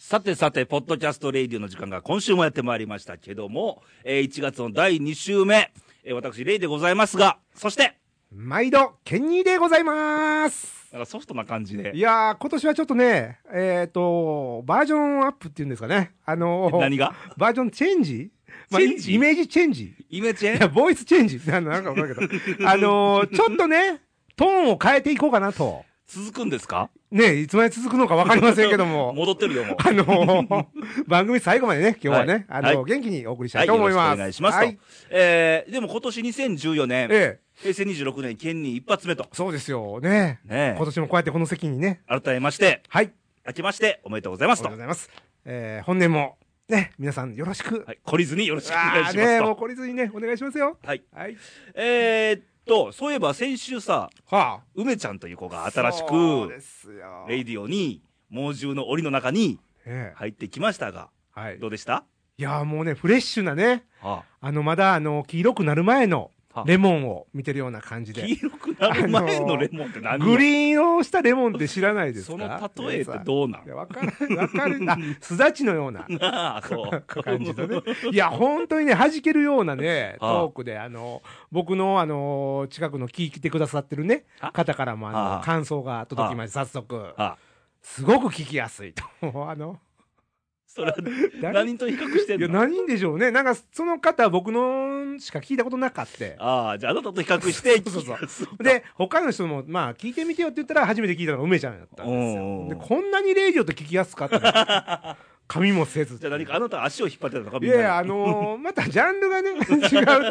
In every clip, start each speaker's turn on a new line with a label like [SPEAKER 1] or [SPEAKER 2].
[SPEAKER 1] さてさて、ポッドキャストレイディオの時間が今週もやってまいりましたけども、えー1月の第2週目、えー私、レイでございますが、そして、
[SPEAKER 2] 毎度、ケニーでございます。
[SPEAKER 1] なんかソフトな感じ
[SPEAKER 2] い
[SPEAKER 1] で、
[SPEAKER 2] やー、今年はちょっとね、えっ、と、バージョンアップっていうんですかね。あのー
[SPEAKER 1] 何が
[SPEAKER 2] バージョンチェンジまあ
[SPEAKER 1] チェンジ
[SPEAKER 2] イイメージチェンジ
[SPEAKER 1] イメチ
[SPEAKER 2] い
[SPEAKER 1] ェ
[SPEAKER 2] や、ボイスチェンジ なのなんかわかんないけど。あのーちょっとね、トーンを変えていこうかなと。
[SPEAKER 1] 続くんですか
[SPEAKER 2] ね、いつまで続くのかわかりませんけども。
[SPEAKER 1] 戻ってる よ、もう。
[SPEAKER 2] あのー番組最後までね、今日はね、
[SPEAKER 1] はい
[SPEAKER 2] あ
[SPEAKER 1] はい
[SPEAKER 2] のー元気にお送りした
[SPEAKER 1] はいい、
[SPEAKER 2] と
[SPEAKER 1] よ
[SPEAKER 2] 思
[SPEAKER 1] ろ
[SPEAKER 2] い
[SPEAKER 1] しくお
[SPEAKER 2] ます。
[SPEAKER 1] 願いしますと。
[SPEAKER 2] はい。
[SPEAKER 1] えー、でも今年2014年、
[SPEAKER 2] ええ
[SPEAKER 1] 平成26年、県に一発目と、
[SPEAKER 2] そうですよね。
[SPEAKER 1] ね
[SPEAKER 2] 今年もこうやってこの席にね。
[SPEAKER 1] え、改めまして、
[SPEAKER 2] はい。
[SPEAKER 1] 明けましておめでとうございま
[SPEAKER 2] あり
[SPEAKER 1] す
[SPEAKER 2] が
[SPEAKER 1] と
[SPEAKER 2] とうご。ざいます。えー本年も、ね、皆さんよろしく。
[SPEAKER 1] はい、懲りずによろしくお願い
[SPEAKER 2] ああ
[SPEAKER 1] し
[SPEAKER 2] ー
[SPEAKER 1] ま
[SPEAKER 2] ね、
[SPEAKER 1] す
[SPEAKER 2] もう
[SPEAKER 1] と。
[SPEAKER 2] 懲りずにね、お願いしますよ。
[SPEAKER 1] はい。
[SPEAKER 2] はい。
[SPEAKER 1] えー、っと、そういえば先週さ、
[SPEAKER 2] は
[SPEAKER 1] 梅ちゃんという子が新し
[SPEAKER 2] そうで
[SPEAKER 1] く、
[SPEAKER 2] すよ。
[SPEAKER 1] レイディオに、猛獣の檻の中に
[SPEAKER 2] ええ
[SPEAKER 1] 入ってきましたが、
[SPEAKER 2] はい。
[SPEAKER 1] どうでした
[SPEAKER 2] いやーもうね、フレッシュなね、
[SPEAKER 1] は
[SPEAKER 2] あの、まだ、あの、黄色くなる前の
[SPEAKER 1] あ
[SPEAKER 2] レモンを見てるような感じ
[SPEAKER 1] 黄
[SPEAKER 2] で。
[SPEAKER 1] 色くなる前のレモンって何よ
[SPEAKER 2] グリーンをしたレモンって知らないです
[SPEAKER 1] そ
[SPEAKER 2] か
[SPEAKER 1] の例えってどうないん
[SPEAKER 2] や、わかる、わかる。あ、すだちのような
[SPEAKER 1] なあ、そう。
[SPEAKER 2] 感じ のね。いや、本当にね、弾けるようなね、
[SPEAKER 1] はあ
[SPEAKER 2] トークで、あの、僕の、あの、近くの聞いてくださってるね
[SPEAKER 1] は、
[SPEAKER 2] 方からも、
[SPEAKER 1] は
[SPEAKER 2] あ
[SPEAKER 1] あ
[SPEAKER 2] の、感想が届きました、早速。
[SPEAKER 1] あ、
[SPEAKER 2] すごく聞きやすいと。もうあの、
[SPEAKER 1] それは
[SPEAKER 2] 誰
[SPEAKER 1] 何と比較して
[SPEAKER 2] いや、
[SPEAKER 1] んの
[SPEAKER 2] 何でしょうね。なんか、その方は僕のしか聞いたことなかって。
[SPEAKER 1] ああ、じゃああなたと比較して、
[SPEAKER 2] そうそうそう
[SPEAKER 1] そう
[SPEAKER 2] で、他の人も、まあ、聞いてみてよって言ったら、初めて聞いたのが梅ちゃんだったんです
[SPEAKER 1] おうおう
[SPEAKER 2] よ。で、こんなにレイジオと聞きやすかったの 髪もせず。
[SPEAKER 1] じゃあ何かあなたは足を引っ張ってたのか
[SPEAKER 2] い
[SPEAKER 1] みんな
[SPEAKER 2] やい
[SPEAKER 1] で
[SPEAKER 2] や、あのーまたジャンルがね、 違う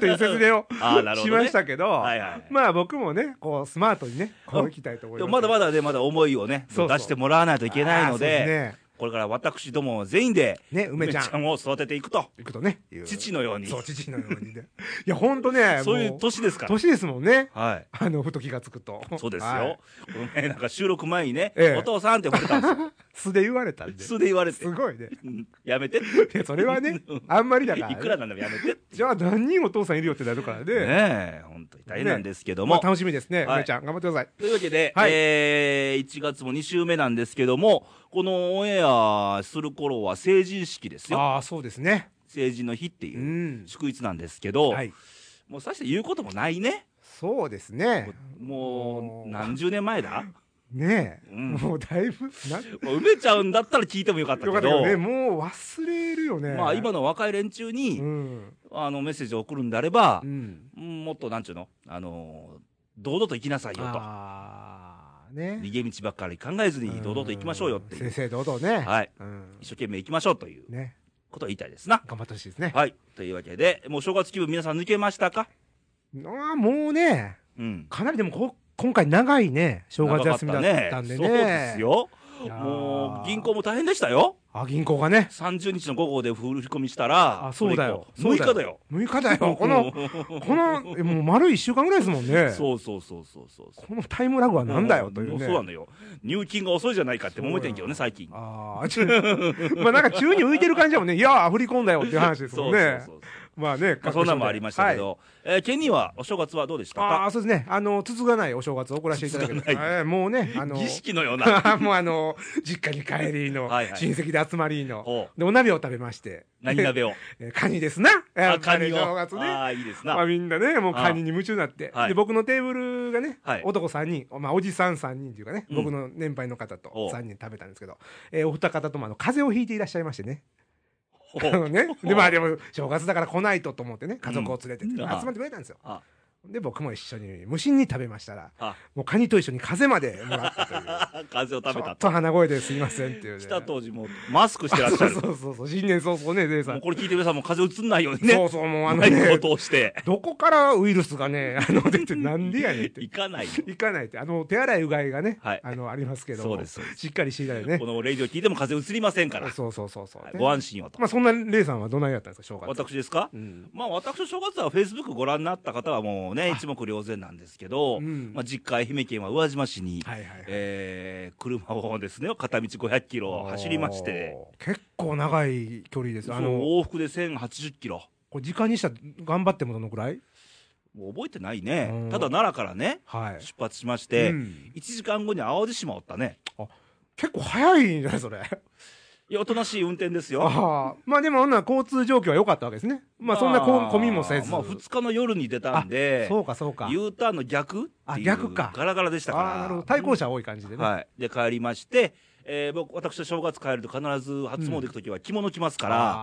[SPEAKER 2] という説明を
[SPEAKER 1] あーなるほ
[SPEAKER 2] し
[SPEAKER 1] どね
[SPEAKER 2] ましたけど、
[SPEAKER 1] はいはい
[SPEAKER 2] まあ僕もね、こう、スマートにね、こう行きたいと思い
[SPEAKER 1] で
[SPEAKER 2] ま
[SPEAKER 1] もま
[SPEAKER 2] す。
[SPEAKER 1] だま
[SPEAKER 2] だ
[SPEAKER 1] だね、まだ思いをね、
[SPEAKER 2] そうそう
[SPEAKER 1] 出してもらわないといけないので、
[SPEAKER 2] ね。
[SPEAKER 1] これから私ども全員で、
[SPEAKER 2] ね、梅ちゃん。
[SPEAKER 1] を育てていくと。
[SPEAKER 2] 行くとね、
[SPEAKER 1] 父のように。
[SPEAKER 2] そう、父のようにね。いや、ほんとね、
[SPEAKER 1] そういう
[SPEAKER 2] も
[SPEAKER 1] 年ですから。
[SPEAKER 2] 年ですもんね。
[SPEAKER 1] はい。
[SPEAKER 2] あの、ふと気がつくと。
[SPEAKER 1] そうですよ。
[SPEAKER 2] はい
[SPEAKER 1] この前なんか収録前にね、
[SPEAKER 2] ええ
[SPEAKER 1] お父さんって呼ばれたんですよ。
[SPEAKER 2] 素で言われたんで。 す
[SPEAKER 1] 素で言われて。
[SPEAKER 2] ごいね。
[SPEAKER 1] うんやめて。
[SPEAKER 2] いや、それはね、あんまりだからね、
[SPEAKER 1] いくらなんでもやめて。ね
[SPEAKER 2] じゃあ何人お父さんいるよってなるからね。
[SPEAKER 1] え、本当に大変なんですけど
[SPEAKER 2] ま
[SPEAKER 1] も。
[SPEAKER 2] あ楽しみですね。
[SPEAKER 1] はい
[SPEAKER 2] 梅ちゃん、頑張ってください。
[SPEAKER 1] というわけで、
[SPEAKER 2] はい
[SPEAKER 1] えー、1月も2週目なんですけども、このオンエアする頃は成人式ですよ。
[SPEAKER 2] ああ、そうですね。
[SPEAKER 1] 成人の日って
[SPEAKER 2] う。
[SPEAKER 1] いうん祝日なんですけど、
[SPEAKER 2] はい。
[SPEAKER 1] もうさして言うこともないね。
[SPEAKER 2] そうですね。
[SPEAKER 1] もう、
[SPEAKER 2] な
[SPEAKER 1] 何十年前だ
[SPEAKER 2] ねえ、
[SPEAKER 1] うん
[SPEAKER 2] もうだいぶ、な、よ
[SPEAKER 1] もう梅ちゃんだったら聞いてもよかったけ
[SPEAKER 2] か
[SPEAKER 1] ど、
[SPEAKER 2] ったけどね、もう忘れるよね。
[SPEAKER 1] まあ今の若い連中に、
[SPEAKER 2] うん。
[SPEAKER 1] あのメッセージを送るんであれば
[SPEAKER 2] う、ん。
[SPEAKER 1] うんもっとなんちゅうの、あのー堂々と生きなさいよと。
[SPEAKER 2] ああ、ね。
[SPEAKER 1] 逃げ道ばっかり考えずに堂々と行きましょうよってい
[SPEAKER 2] ん
[SPEAKER 1] う。
[SPEAKER 2] 正々堂々ね。
[SPEAKER 1] はい。
[SPEAKER 2] うん。
[SPEAKER 1] 一生懸命行きましょうという
[SPEAKER 2] ね。
[SPEAKER 1] ことを言いたいですな。
[SPEAKER 2] 頑張ってほしいですね。
[SPEAKER 1] はい。というわけで、もう正月気分皆さん抜けましたか
[SPEAKER 2] ああ、もうね、
[SPEAKER 1] うん。
[SPEAKER 2] かなりでもこ、今回長いね、正月休みだったん
[SPEAKER 1] 長かったそう
[SPEAKER 2] でね。
[SPEAKER 1] です。よ。
[SPEAKER 2] いやー
[SPEAKER 1] もう、銀行も大変でしたよ。
[SPEAKER 2] あ、銀行がね。
[SPEAKER 1] 30日の午後で振り込みしたら、
[SPEAKER 2] あ、そうだよ。
[SPEAKER 1] それ以降6日だよ。。
[SPEAKER 2] 6日だよ。この、この、えもう丸1週間ぐらいですもんね。
[SPEAKER 1] そうそうそうそうそうそう。
[SPEAKER 2] このタイムラグはなんだよ、という
[SPEAKER 1] も
[SPEAKER 2] ね。
[SPEAKER 1] そうなのよ。入金が遅いじゃないかって揉めてんけどね、最近。
[SPEAKER 2] ああ、ちゅ まあなんか宙に浮いてる感じだもんね。いやー、振り込んだよっていう話ですもんね。
[SPEAKER 1] そうそうそう
[SPEAKER 2] まあね、
[SPEAKER 1] まあ、そんなんもありましたけ
[SPEAKER 2] はい。
[SPEAKER 1] ど、えーケニーはお正月はどうでした
[SPEAKER 2] あ
[SPEAKER 1] か
[SPEAKER 2] あ、そうですね。あの、つつがないお正月を送らせていただきま
[SPEAKER 1] つつが
[SPEAKER 2] えーもうね、あの、
[SPEAKER 1] 儀式のよう な。
[SPEAKER 2] もうあの、実家に帰りの、
[SPEAKER 1] はいはい
[SPEAKER 2] 親戚で集まりの、
[SPEAKER 1] おう
[SPEAKER 2] で、お鍋を食べまして。
[SPEAKER 1] 何鍋を。
[SPEAKER 2] えーカニですな。や
[SPEAKER 1] あ、
[SPEAKER 2] っぱ
[SPEAKER 1] カ
[SPEAKER 2] り
[SPEAKER 1] ニを。
[SPEAKER 2] 正月ね。
[SPEAKER 1] ああ、いいです
[SPEAKER 2] まあ
[SPEAKER 1] な。
[SPEAKER 2] みんなね、もうカニに夢中になって。
[SPEAKER 1] あはい
[SPEAKER 2] で、僕のテーブルがね、
[SPEAKER 1] はい
[SPEAKER 2] 男3人、まあおじさん3人っていうかね、
[SPEAKER 1] うん
[SPEAKER 2] 僕の年配の方と
[SPEAKER 1] おう
[SPEAKER 2] 3人食べたんですけど、えーお二方ともあの、風邪をひいていらっしゃいましてね。
[SPEAKER 1] ほ
[SPEAKER 2] あ
[SPEAKER 1] う
[SPEAKER 2] の ね。で、まあでも、正月だから来ないとと思ってね、家族を連れてっ
[SPEAKER 1] う
[SPEAKER 2] て、
[SPEAKER 1] ん
[SPEAKER 2] 集
[SPEAKER 1] ああ
[SPEAKER 2] まってくれたんですよ。
[SPEAKER 1] あ
[SPEAKER 2] で、僕も一緒に無心に食べましたら、
[SPEAKER 1] あ、
[SPEAKER 2] もうカニと一緒に風邪までもらったという。
[SPEAKER 1] 風邪を 食べ
[SPEAKER 2] ちょ
[SPEAKER 1] た
[SPEAKER 2] っ。と鼻声ですいませんっていう、ね。
[SPEAKER 1] 来た当時もうマスクしてらっし
[SPEAKER 2] そ
[SPEAKER 1] ゃ
[SPEAKER 2] う
[SPEAKER 1] る。
[SPEAKER 2] そ
[SPEAKER 1] も
[SPEAKER 2] うそうそう、新年早々ね、デイさ。
[SPEAKER 1] うんこれ聞いて皆さんも風邪うつんないようにね。
[SPEAKER 2] そうそう、もうあの
[SPEAKER 1] マイ
[SPEAKER 2] ね、
[SPEAKER 1] クを通 して。
[SPEAKER 2] どこからウイルスがね、あの出て、なんでやねんって。
[SPEAKER 1] 行かないよ。
[SPEAKER 2] 行かないって、あの、手洗いうがいがね、
[SPEAKER 1] はい
[SPEAKER 2] あの、ありますけども
[SPEAKER 1] そうですそうで
[SPEAKER 2] しっかりしていただいてね
[SPEAKER 1] こ。のレイジオ聞いても風邪うつりませんから。
[SPEAKER 2] そうそうそうそう。
[SPEAKER 1] はい
[SPEAKER 2] ね
[SPEAKER 1] ご安心をと。
[SPEAKER 2] まあ、そんなレイさんはどないだったんですか、正月。
[SPEAKER 1] 私ですか
[SPEAKER 2] うん。
[SPEAKER 1] まあ私の正月はフェイスブックご覧になった方はもうね、一目瞭然なんですけど、
[SPEAKER 2] うん
[SPEAKER 1] まあ実家愛媛県は宇和島市に、
[SPEAKER 2] はいはいはい。
[SPEAKER 1] えー車をですね、片道500キロ走りまして、
[SPEAKER 2] おー。結構長い距離です。
[SPEAKER 1] そ
[SPEAKER 2] あ
[SPEAKER 1] う
[SPEAKER 2] の、
[SPEAKER 1] 往復で1080キロ。
[SPEAKER 2] これ時間にしたら頑張ってもどのくらい
[SPEAKER 1] もう覚えてないね
[SPEAKER 2] う。ん
[SPEAKER 1] ただ奈良からね、
[SPEAKER 2] はい。
[SPEAKER 1] 出発しまして、
[SPEAKER 2] うん
[SPEAKER 1] 1時間後に淡路島おったね。
[SPEAKER 2] 結構早いんじゃないそれ。
[SPEAKER 1] いや、おとなしい運転ですよ。
[SPEAKER 2] ああまあでも、ほんなら交通状況は良かったわけですね。まあそんなこ混みもせず。
[SPEAKER 1] まあ2日の夜に出たんで、
[SPEAKER 2] そうかそうか。
[SPEAKER 1] U ターンの逆
[SPEAKER 2] あ逆か
[SPEAKER 1] ガラガラでしたから。
[SPEAKER 2] ああ、なるほど。対向車多い感じでね。
[SPEAKER 1] はい。で、帰りまして、えー僕、私は正月帰ると必ず初詣行くときは着物着ますから、
[SPEAKER 2] あ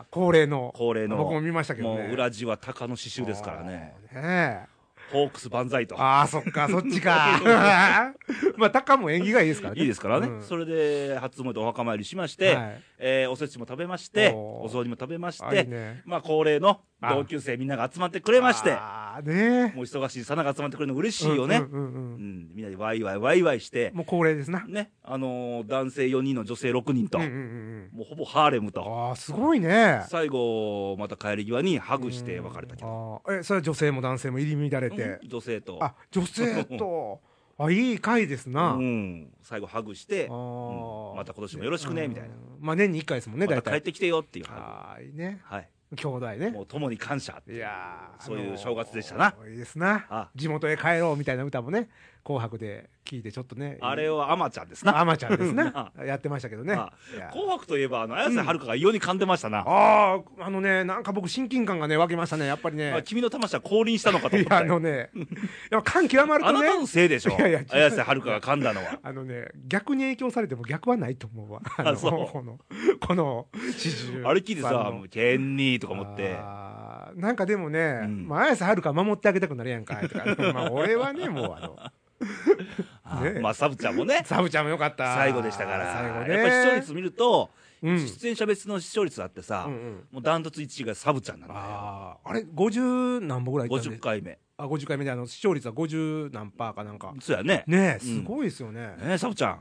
[SPEAKER 2] あ、恒例の。
[SPEAKER 1] 恒例の。
[SPEAKER 2] 僕も見ましたけどね。
[SPEAKER 1] もう裏地は鷹の刺繍ですからね。
[SPEAKER 2] ああ。ねえ
[SPEAKER 1] ホークス万歳と。
[SPEAKER 2] ああ、そっか、そっちか。 まあ、タカも縁起がいいですからね。
[SPEAKER 1] いいですからね。
[SPEAKER 2] うん
[SPEAKER 1] それで、初詣お墓参りしまして、
[SPEAKER 2] はい
[SPEAKER 1] えーおせちも食べまして、
[SPEAKER 2] おー
[SPEAKER 1] お雑煮も食べまし
[SPEAKER 2] あ
[SPEAKER 1] て、
[SPEAKER 2] いいね
[SPEAKER 1] まあ恒例の同級生みんなが集まってくれまして、
[SPEAKER 2] ああ、ね
[SPEAKER 1] もう忙しいさなが集まってくれるの嬉
[SPEAKER 2] え。
[SPEAKER 1] しいよね。
[SPEAKER 2] うんうんうん
[SPEAKER 1] う
[SPEAKER 2] うん
[SPEAKER 1] ん、みんなでワイワイワイワイして、
[SPEAKER 2] もう恒例ですな。
[SPEAKER 1] ね、あのー男性4人の女性6人と、
[SPEAKER 2] うんうんうん
[SPEAKER 1] もうほぼハーレム
[SPEAKER 2] うん
[SPEAKER 1] と、
[SPEAKER 2] ああ、すごいね。
[SPEAKER 1] 最後、また帰り際にハグして別れたけど、
[SPEAKER 2] ど。ああえ、それは女性も男性も入り乱れて
[SPEAKER 1] う。ん女性と、
[SPEAKER 2] あ、女性 と。あ、いい回ですな。
[SPEAKER 1] う
[SPEAKER 2] あ
[SPEAKER 1] ん、最後ハグして、
[SPEAKER 2] あ
[SPEAKER 1] うんまた今年もよろしくねみたいな。
[SPEAKER 2] うんまあ、年に一回ですもんね、
[SPEAKER 1] ま
[SPEAKER 2] 大
[SPEAKER 1] た帰っ
[SPEAKER 2] 体。
[SPEAKER 1] てきてよっていうハ
[SPEAKER 2] ああ、いいね。
[SPEAKER 1] グ。はい。
[SPEAKER 2] 兄弟ね。
[SPEAKER 1] もう共に感謝。
[SPEAKER 2] いやー
[SPEAKER 1] そういう
[SPEAKER 2] あのー
[SPEAKER 1] 正月でしたない
[SPEAKER 2] いですな
[SPEAKER 1] あ
[SPEAKER 2] 地元へ帰ろうみたいな歌もね「紅白」で聴いてちょっとね
[SPEAKER 1] あれはアマちゃんですな。
[SPEAKER 2] あまちゃんです
[SPEAKER 1] な
[SPEAKER 2] なやってましたけどね
[SPEAKER 1] あ
[SPEAKER 2] いや
[SPEAKER 1] 紅白といえば、あの、綾瀬はるかが異様に噛んでましたな。
[SPEAKER 2] あーあのねなんか僕親近感がね湧きましたねやっぱり
[SPEAKER 1] あ
[SPEAKER 2] ね
[SPEAKER 1] 君の魂は降臨したのかと思
[SPEAKER 2] い
[SPEAKER 1] っ
[SPEAKER 2] や
[SPEAKER 1] た
[SPEAKER 2] あ
[SPEAKER 1] よ。
[SPEAKER 2] のねやっぱ感極まる
[SPEAKER 1] あ
[SPEAKER 2] と
[SPEAKER 1] な
[SPEAKER 2] ね
[SPEAKER 1] たのせいでしょ。
[SPEAKER 2] いやいや違う
[SPEAKER 1] 綾瀬はるかが噛んだのは。
[SPEAKER 2] あのね逆に影響されても逆はないと思うわあの
[SPEAKER 1] そう
[SPEAKER 2] このこの四 十
[SPEAKER 1] あれ聞いてさ
[SPEAKER 2] あの、
[SPEAKER 1] ケンニーとか思って。
[SPEAKER 2] あーなんかでもね、
[SPEAKER 1] ん
[SPEAKER 2] まあ、綾瀬はるか守ってあげたくなるや んかとか、まあ、俺はねもうあの
[SPEAKER 1] あ
[SPEAKER 2] ね
[SPEAKER 1] まあ、サブちゃんもね、
[SPEAKER 2] サブちゃんもよかった
[SPEAKER 1] 最後でしたから。
[SPEAKER 2] 最後ね
[SPEAKER 1] やっぱり視聴率見ると、
[SPEAKER 2] うん
[SPEAKER 1] 出演者別の視聴率あってさ、
[SPEAKER 2] うんうん
[SPEAKER 1] もうダントツ1位がサブちゃんなんだよ。
[SPEAKER 2] あああれ50何本ぐらいいったん
[SPEAKER 1] 50
[SPEAKER 2] で
[SPEAKER 1] 回目。
[SPEAKER 2] あ50回目であの視聴率は50何パーかなんか
[SPEAKER 1] そうやね。ね
[SPEAKER 2] ねえすごいですよね、
[SPEAKER 1] え、サブちゃん。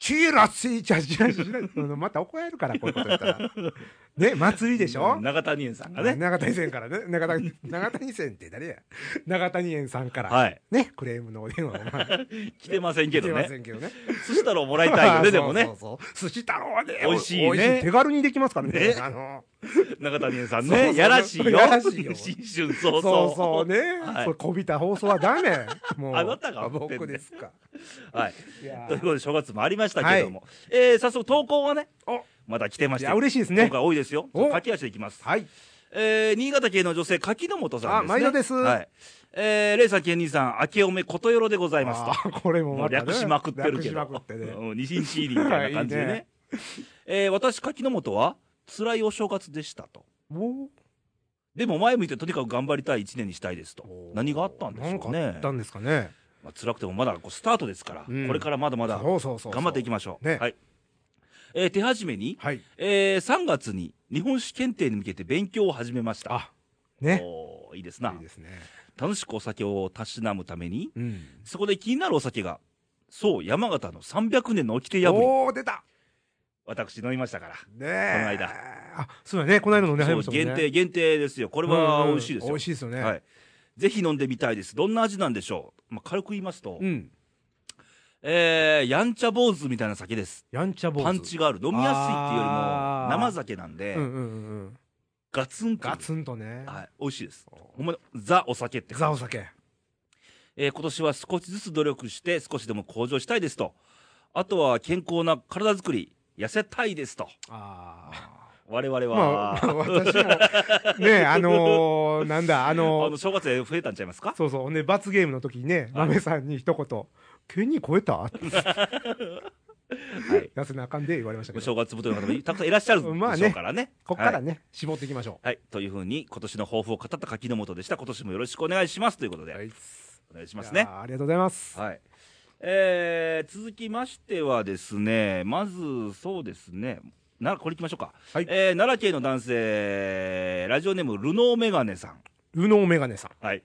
[SPEAKER 2] チーラスイチャチラチラあのまた怒られるからこういうこと言った らね祭りでしょ
[SPEAKER 1] 長谷園さんがね。
[SPEAKER 2] 長谷園からね長谷長谷園って誰や長谷園さんから、
[SPEAKER 1] はい
[SPEAKER 2] ねクレームのお電話をまあ
[SPEAKER 1] 来てません けど
[SPEAKER 2] 来てま
[SPEAKER 1] ね。
[SPEAKER 2] せんけどね
[SPEAKER 1] 寿司太郎もらいたい よね、でも
[SPEAKER 2] そ
[SPEAKER 1] ね
[SPEAKER 2] う。そうそう寿司太郎はね
[SPEAKER 1] 美味しいね
[SPEAKER 2] お手軽にできますからね
[SPEAKER 1] ね
[SPEAKER 2] あの
[SPEAKER 1] 中谷さん
[SPEAKER 2] そうそ
[SPEAKER 1] ね。
[SPEAKER 2] う
[SPEAKER 1] やらしいよ。
[SPEAKER 2] やらしいよ
[SPEAKER 1] 新春早
[SPEAKER 2] そ
[SPEAKER 1] 々。
[SPEAKER 2] うそうね、
[SPEAKER 1] はい
[SPEAKER 2] それこびた放送はダメも う
[SPEAKER 1] あなたが
[SPEAKER 2] あ
[SPEAKER 1] 思ってんね
[SPEAKER 2] 僕ですか
[SPEAKER 1] はい。
[SPEAKER 2] いや
[SPEAKER 1] ということで、正月もありましたけれども。えー早速投稿はね、
[SPEAKER 2] お
[SPEAKER 1] また来てまし
[SPEAKER 2] い
[SPEAKER 1] て。
[SPEAKER 2] や嬉しいです
[SPEAKER 1] 今
[SPEAKER 2] ね
[SPEAKER 1] 回多いですよ。
[SPEAKER 2] お
[SPEAKER 1] 書き足でいきます。
[SPEAKER 2] はい
[SPEAKER 1] えー新潟県の女性、柿の本さんです、ね。
[SPEAKER 2] あ毎度です
[SPEAKER 1] はい。えー、レイさん、ケンニーさん、明けおめことよろでございますと。
[SPEAKER 2] あーこれも
[SPEAKER 1] も
[SPEAKER 2] ま
[SPEAKER 1] う
[SPEAKER 2] た、ね、
[SPEAKER 1] 略しまくってるけど。
[SPEAKER 2] 略しまくってね
[SPEAKER 1] うん二進シーリーみたいな感じでね。
[SPEAKER 2] はいいいね
[SPEAKER 1] えー私、柿の本は、辛いお正月でしたと。
[SPEAKER 2] も
[SPEAKER 1] でも前向いてとにかく頑張りたい一年にしたいですと
[SPEAKER 2] お。ー
[SPEAKER 1] 何があったんでしょう
[SPEAKER 2] なん
[SPEAKER 1] ね
[SPEAKER 2] かあ。ったんですかね
[SPEAKER 1] まあ、辛くてもまだこうスタートですから、
[SPEAKER 2] うん
[SPEAKER 1] これからまだまだ
[SPEAKER 2] そうそうそうそう
[SPEAKER 1] 頑張っていきましょう。
[SPEAKER 2] ね
[SPEAKER 1] はい。えー手始めに、
[SPEAKER 2] はい
[SPEAKER 1] えー3月に日本史検定に向けて勉強を始めました。
[SPEAKER 2] あね
[SPEAKER 1] おーいいですない
[SPEAKER 2] い。ですね
[SPEAKER 1] 楽しくお酒をたしなむために、
[SPEAKER 2] うん
[SPEAKER 1] そこで気になるお酒が、そう、山形の300年の掟破り、
[SPEAKER 2] おおー出た
[SPEAKER 1] 私飲みましたから。
[SPEAKER 2] ねえ
[SPEAKER 1] この間
[SPEAKER 2] あそうだねこの間のね
[SPEAKER 1] そう
[SPEAKER 2] 入りましたもんね
[SPEAKER 1] 限定、限定ですよ。これは美味しいです
[SPEAKER 2] うんうん美
[SPEAKER 1] よ。
[SPEAKER 2] 味しいですよね、
[SPEAKER 1] はい。ぜひ飲んでみたいです。どんな味なんでしょう。まあ、軽く言いますと、
[SPEAKER 2] うん
[SPEAKER 1] えー、やんちゃ坊主みたいな酒です。
[SPEAKER 2] やんちゃ坊主
[SPEAKER 1] パンチがある。飲みやすいっていうより
[SPEAKER 2] あ
[SPEAKER 1] も、
[SPEAKER 2] ー
[SPEAKER 1] 生酒なんで、
[SPEAKER 2] うんうんうんうん
[SPEAKER 1] ガツンと。
[SPEAKER 2] ガツンとね、
[SPEAKER 1] はい。美味しいです。ほんまにザお酒って感じ
[SPEAKER 2] ザお酒
[SPEAKER 1] えー今年は少しずつ努力して少しでも向上したいですと。あとは健康な体づくり、痩せたいですと。
[SPEAKER 2] ああ
[SPEAKER 1] 我々は、
[SPEAKER 2] まあ、
[SPEAKER 1] あ、
[SPEAKER 2] 私も、 ね、あのーなんだ、あのー
[SPEAKER 1] の、正月で増えたんちゃいますか
[SPEAKER 2] そうそう、ほんで、罰ゲームの時にね、
[SPEAKER 1] はい
[SPEAKER 2] 豆さんに一言、急に超えたって
[SPEAKER 1] はい。
[SPEAKER 2] 出せなあかんで言われましたけ
[SPEAKER 1] お
[SPEAKER 2] ど、
[SPEAKER 1] 正月太りの方もたくさんいらっしゃるでしょう
[SPEAKER 2] まあね
[SPEAKER 1] からね。
[SPEAKER 2] こっから
[SPEAKER 1] はい。
[SPEAKER 2] ね、絞っていきましょ
[SPEAKER 1] はいというふうに、今年の抱負を語った柿の本でした。今年もよろしくお願いしますということ
[SPEAKER 2] う。
[SPEAKER 1] で、
[SPEAKER 2] はい。
[SPEAKER 1] お願いしますね
[SPEAKER 2] いや。あありがとうございます。
[SPEAKER 1] はい。えー、続きましてはですね、まず、そうですね、な、これ行きましょうか。
[SPEAKER 2] はい
[SPEAKER 1] えー奈良県の男性、ラジオネーム、ルノーメガネさん。
[SPEAKER 2] ルノーメガネさん。あ
[SPEAKER 1] はい。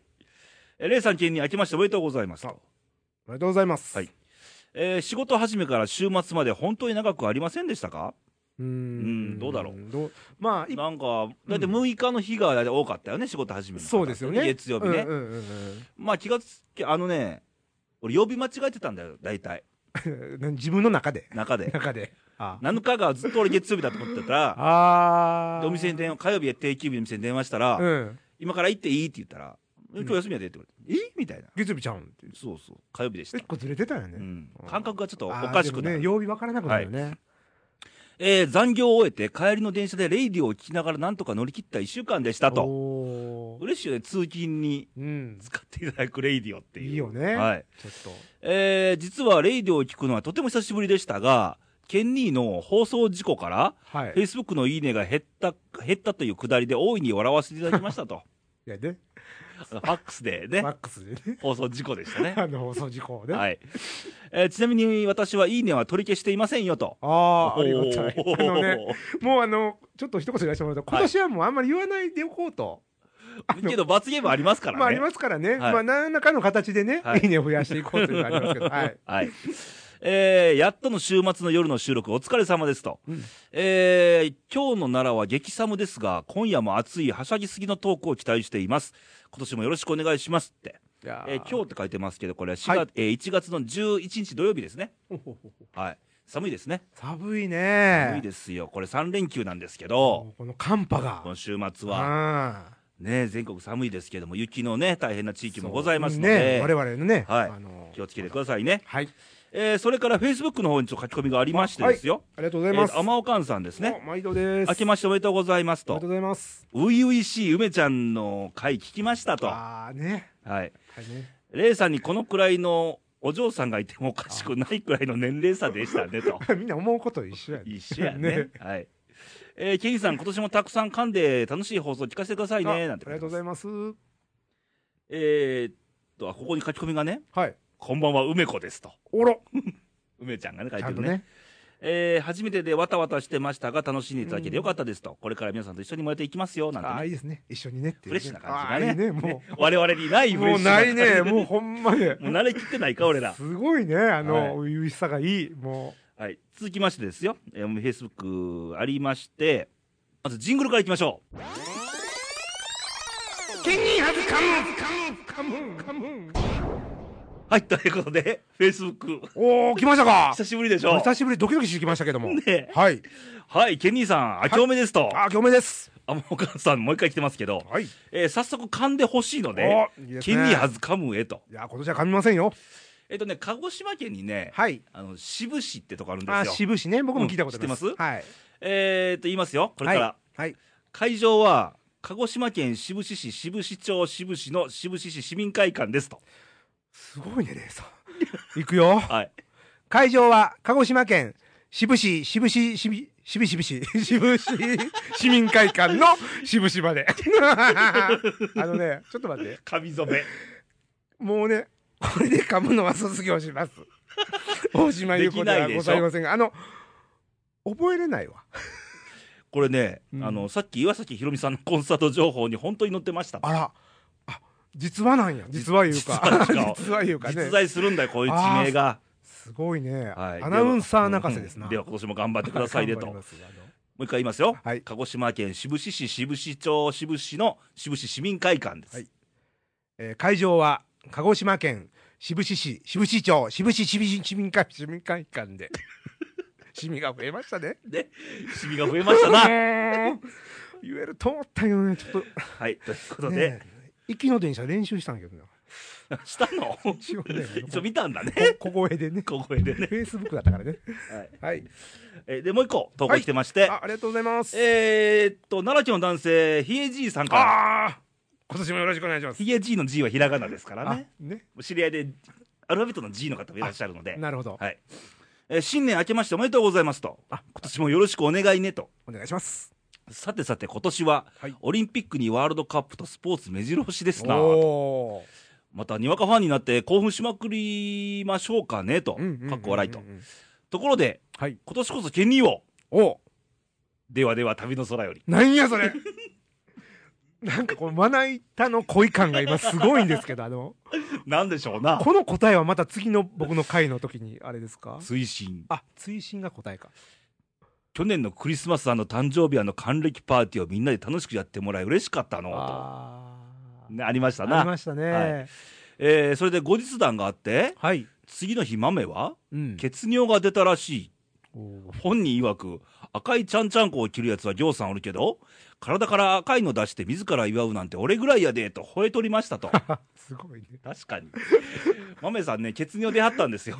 [SPEAKER 1] えー、レイさん、県に明けましておめでとうございます。
[SPEAKER 2] りがとうございます。
[SPEAKER 1] はいえー仕事始めから週末まで本当に長くありませんでしたか
[SPEAKER 2] うーん
[SPEAKER 1] うんどうだろう
[SPEAKER 2] どまあ、い
[SPEAKER 1] なんか、だいたい6日の日が大体多かったよね、仕事始めの方
[SPEAKER 2] そうですよね。
[SPEAKER 1] 月曜日ね。
[SPEAKER 2] うんうんうん
[SPEAKER 1] まあ気がつき、あのね、俺曜日間違えてたんだよ、大体。
[SPEAKER 2] うん 何自分の中で。
[SPEAKER 1] 中 で。
[SPEAKER 2] 中で。あ
[SPEAKER 1] 7日がずっと俺月曜日だと思ってたら、
[SPEAKER 2] あ
[SPEAKER 1] でお店に電話、火曜日定休日の店に電話したら、
[SPEAKER 2] うん。
[SPEAKER 1] 今から行っていいって言ったら、え今日休みやでって言われて、えみたいな。
[SPEAKER 2] 月曜日ちゃうんって。
[SPEAKER 1] そうそう、火曜日でした
[SPEAKER 2] 結。構ずれてたよ
[SPEAKER 1] う
[SPEAKER 2] ね。
[SPEAKER 1] ん、感覚がちょっとおかしく
[SPEAKER 2] あーで
[SPEAKER 1] な
[SPEAKER 2] も
[SPEAKER 1] る、
[SPEAKER 2] ね、曜日わからなくなるよね。
[SPEAKER 1] ええー残業を終えて帰りの電車でレイディオを聞きながらなんとか乗り切った1週間でしたと。
[SPEAKER 2] と
[SPEAKER 1] 嬉しいよね、通勤に
[SPEAKER 2] うん
[SPEAKER 1] 使っていただくレイディオっていう。
[SPEAKER 2] いいよね
[SPEAKER 1] はい。
[SPEAKER 2] ちょっと
[SPEAKER 1] えー実はレイディオを聞くのはとても久しぶりでしたが、ケンニーの放送事故から、
[SPEAKER 2] はい
[SPEAKER 1] Facebook のいいねが減った、減ったというくだりで大いに笑わせていただきましたと。
[SPEAKER 2] いやね
[SPEAKER 1] ファックスでね
[SPEAKER 2] マ、ックスでね
[SPEAKER 1] 放送事故でしたね。
[SPEAKER 2] あの放送事項 ね、
[SPEAKER 1] はい。えーちなみに私はいいねは取り消していませんよと。
[SPEAKER 2] ああありがたいあのね もうあのちょっと一言言わせてもらうと今年はもうあんまり言わないでおこうと、
[SPEAKER 1] けど罰ゲームありますからね。
[SPEAKER 2] まあありますからね、
[SPEAKER 1] い
[SPEAKER 2] まあ何らかの形でね、
[SPEAKER 1] はい
[SPEAKER 2] い、いねを増やしていこうというのがありますけどはい
[SPEAKER 1] はい。えーやっとの週末の夜の収録お疲れ様ですと。
[SPEAKER 2] うん
[SPEAKER 1] えー今日の奈良は激寒ですが、今夜も暑いはしゃぎすぎのトークを期待しています。今年もよろしくお 願いしますって。
[SPEAKER 2] いや
[SPEAKER 1] えー今日って書いてますけど、これは4月、
[SPEAKER 2] はい
[SPEAKER 1] えー1月の11日土曜日ですね。
[SPEAKER 2] 日
[SPEAKER 1] はい。寒いですね。
[SPEAKER 2] 寒いね
[SPEAKER 1] 寒いですよ。これ3連休なんですけど、
[SPEAKER 2] この寒波が
[SPEAKER 1] この週末は、
[SPEAKER 2] ああ
[SPEAKER 1] ね、全国寒いですけども、雪のね、大変な地域もございますの
[SPEAKER 2] ね
[SPEAKER 1] で、
[SPEAKER 2] 我々のね、
[SPEAKER 1] はい
[SPEAKER 2] あの
[SPEAKER 1] 気をつけてくださいね。
[SPEAKER 2] はい
[SPEAKER 1] えーそれから Facebook の方にちょっと書き込みがありましてですよ。
[SPEAKER 2] ありがとうございます、
[SPEAKER 1] えー天おかんさんですね。
[SPEAKER 2] お毎度です
[SPEAKER 1] 明けましておめでとうございます
[SPEAKER 2] お
[SPEAKER 1] と
[SPEAKER 2] めでとう。ございます
[SPEAKER 1] 初々しい梅ちゃんの回聞きましたと。は
[SPEAKER 2] ああね
[SPEAKER 1] い。
[SPEAKER 2] はいね
[SPEAKER 1] レイさんにこのくらいのお嬢さんがいてもおかしくないくらいの年齢差でしたね と。
[SPEAKER 2] みんな思うこと一緒やね
[SPEAKER 1] 一緒やね。はい。えー、ケンジさん、今年もたくさん噛んで楽しい放送聞かせてくださいね、
[SPEAKER 2] ああ
[SPEAKER 1] なん
[SPEAKER 2] り
[SPEAKER 1] て。
[SPEAKER 2] がとうございます
[SPEAKER 1] えーっと、あ、ここに書き込みがね、
[SPEAKER 2] はい
[SPEAKER 1] こんばんは、梅子ですと。
[SPEAKER 2] おろ
[SPEAKER 1] 梅ちゃんがね、書い
[SPEAKER 2] ち
[SPEAKER 1] て
[SPEAKER 2] ゃん
[SPEAKER 1] る
[SPEAKER 2] と
[SPEAKER 1] ね。
[SPEAKER 2] ね
[SPEAKER 1] えー初めてでわたわたしてましたが、楽しんでいただけてよかったですと。これから皆さんと一緒に燃えていきますよ、なんてね
[SPEAKER 2] ああいいですね一緒にねって
[SPEAKER 1] フ
[SPEAKER 2] いう
[SPEAKER 1] レッ
[SPEAKER 2] ね
[SPEAKER 1] シュな感じが
[SPEAKER 2] ああいいね
[SPEAKER 1] ね。
[SPEAKER 2] も
[SPEAKER 1] 我々に ないうフレッ
[SPEAKER 2] もう
[SPEAKER 1] シュ
[SPEAKER 2] ない
[SPEAKER 1] 感
[SPEAKER 2] ね
[SPEAKER 1] じで
[SPEAKER 2] もうほん まね
[SPEAKER 1] もう慣れきってないか、俺 ら。
[SPEAKER 2] すごいね
[SPEAKER 1] はい
[SPEAKER 2] あの初々しさがいいも
[SPEAKER 1] はい。続きましてですよ。えー、Facebook ありまして、まずジングルからいきましょう。
[SPEAKER 2] うケンニーハズカムンカムンカムン
[SPEAKER 1] はい、ということで、Facebook、
[SPEAKER 2] おお来ましたか
[SPEAKER 1] 久しぶりでしょ
[SPEAKER 2] 久しぶりドキドキしてきましたけども
[SPEAKER 1] ね
[SPEAKER 2] はい
[SPEAKER 1] はい、ケニーさん、明けおめですと。
[SPEAKER 2] あ今日おめです
[SPEAKER 1] あ、もうお母さん、もう一回来てますけど、
[SPEAKER 2] はい
[SPEAKER 1] えー早速噛んでほしいので、
[SPEAKER 2] おいいです
[SPEAKER 1] ケ
[SPEAKER 2] ね
[SPEAKER 1] ニーはず噛むえと。
[SPEAKER 2] いや今年は噛みませんよ
[SPEAKER 1] えっとね、鹿児島県にね、
[SPEAKER 2] はい
[SPEAKER 1] あの、志布志ってとこあるんで
[SPEAKER 2] あ
[SPEAKER 1] すよ。
[SPEAKER 2] 渋しね僕も聞いたことあります,、
[SPEAKER 1] うん知って
[SPEAKER 2] はい
[SPEAKER 1] えーっと、言いますよ、これから。
[SPEAKER 2] はい、はい
[SPEAKER 1] 会場は、鹿児島県志布志市志布志町志布志の志布志市市民会館ですと。
[SPEAKER 2] すごいねレイさんいくよ
[SPEAKER 1] はい。
[SPEAKER 2] 会場は鹿児島県渋市渋市渋市渋市 渋市渋市市民会館の渋市まで あのねちょっと待って
[SPEAKER 1] 髪染め。
[SPEAKER 2] もうねこれで噛むのは卒業します 大島優子ではございませんがあの覚えれないわ
[SPEAKER 1] これね、
[SPEAKER 2] うん
[SPEAKER 1] あの、さっき岩崎宏美さんのコンサート情報に本当に載ってましたと。
[SPEAKER 2] あらあ実はなんや実は言うか
[SPEAKER 1] 実は違う
[SPEAKER 2] 実は言うかね
[SPEAKER 1] 実在するんだよ、こういう地名が。
[SPEAKER 2] すごいね、
[SPEAKER 1] はい
[SPEAKER 2] アナウンサー泣かせですな。
[SPEAKER 1] うんでは今年も頑張ってくださいねと。
[SPEAKER 2] 頑張り
[SPEAKER 1] も
[SPEAKER 2] ます
[SPEAKER 1] う一回言いますよ。
[SPEAKER 2] はい
[SPEAKER 1] 鹿児島県志布志市志布志町志布志の志布志市民会館です。
[SPEAKER 2] はいえー会場は鹿児島県志布志市志布志町志布志市市民会市民会館 で市民が増えましたね。
[SPEAKER 1] で、シミが増えましたな。
[SPEAKER 2] 言えると思ったけどねちょっ
[SPEAKER 1] はい、ということとで、
[SPEAKER 2] ね行きの電車練習したんやけどな。
[SPEAKER 1] したの
[SPEAKER 2] 一応ね
[SPEAKER 1] 一応見たんだね。
[SPEAKER 2] こ小声でね。
[SPEAKER 1] 小声でね。
[SPEAKER 2] フェイスブックだったからね。
[SPEAKER 1] はい
[SPEAKER 2] はい。
[SPEAKER 1] えーで、もう一個投稿来てまして、
[SPEAKER 2] あありがとうございます。
[SPEAKER 1] えーっと、奈良県の男性、ヒエじいさんから。
[SPEAKER 2] ああ今年もよろしくお願いします。
[SPEAKER 1] ヒエじいの G はひらがなですからね。
[SPEAKER 2] あね。
[SPEAKER 1] 知り合いで、アルファベットの G の方もいらっしゃるので。
[SPEAKER 2] なるほど。
[SPEAKER 1] はい。えー新年明けましておめでとうございますと。今年もよろしくお願いねと。
[SPEAKER 2] お願いします。
[SPEAKER 1] さてさて、今年は、
[SPEAKER 2] はい
[SPEAKER 1] オリンピックにワールドカップとスポーツ目白押しですな。
[SPEAKER 2] おー
[SPEAKER 1] また、にわかファンになって興奮しまくりましょうかねと。かっこ笑いと。ところで、
[SPEAKER 2] はい。
[SPEAKER 1] 今年こそケニーを。
[SPEAKER 2] お
[SPEAKER 1] ではでは、旅の空より。
[SPEAKER 2] なんやそれ なんかこのまな板の恋感が今すごいんですけど、あの、
[SPEAKER 1] なんでしょうな。
[SPEAKER 2] この答えはまた次の僕の回の時にあれですか
[SPEAKER 1] 推進。
[SPEAKER 2] あ、追伸が答えか。
[SPEAKER 1] 去年のクリスマスあの誕生日あの還暦パーティーをみんなで楽しくやってもらい嬉しかったのと。
[SPEAKER 2] あー
[SPEAKER 1] ねありました
[SPEAKER 2] あり
[SPEAKER 1] な。
[SPEAKER 2] ました
[SPEAKER 1] は
[SPEAKER 2] ね。
[SPEAKER 1] えーそれで後日談があって、
[SPEAKER 2] はい。
[SPEAKER 1] 次の日豆は
[SPEAKER 2] うん
[SPEAKER 1] 血尿が出たらしい。
[SPEAKER 2] おー
[SPEAKER 1] 本人曰く、赤いちゃんちゃんこを着るやつはぎょうさんおるけど、体から赤いの出して自ら祝うなんて俺ぐらいやで、と吠えとりま したと。
[SPEAKER 2] すごいね。
[SPEAKER 1] 確かに。豆さんね、血尿出はったんですよ。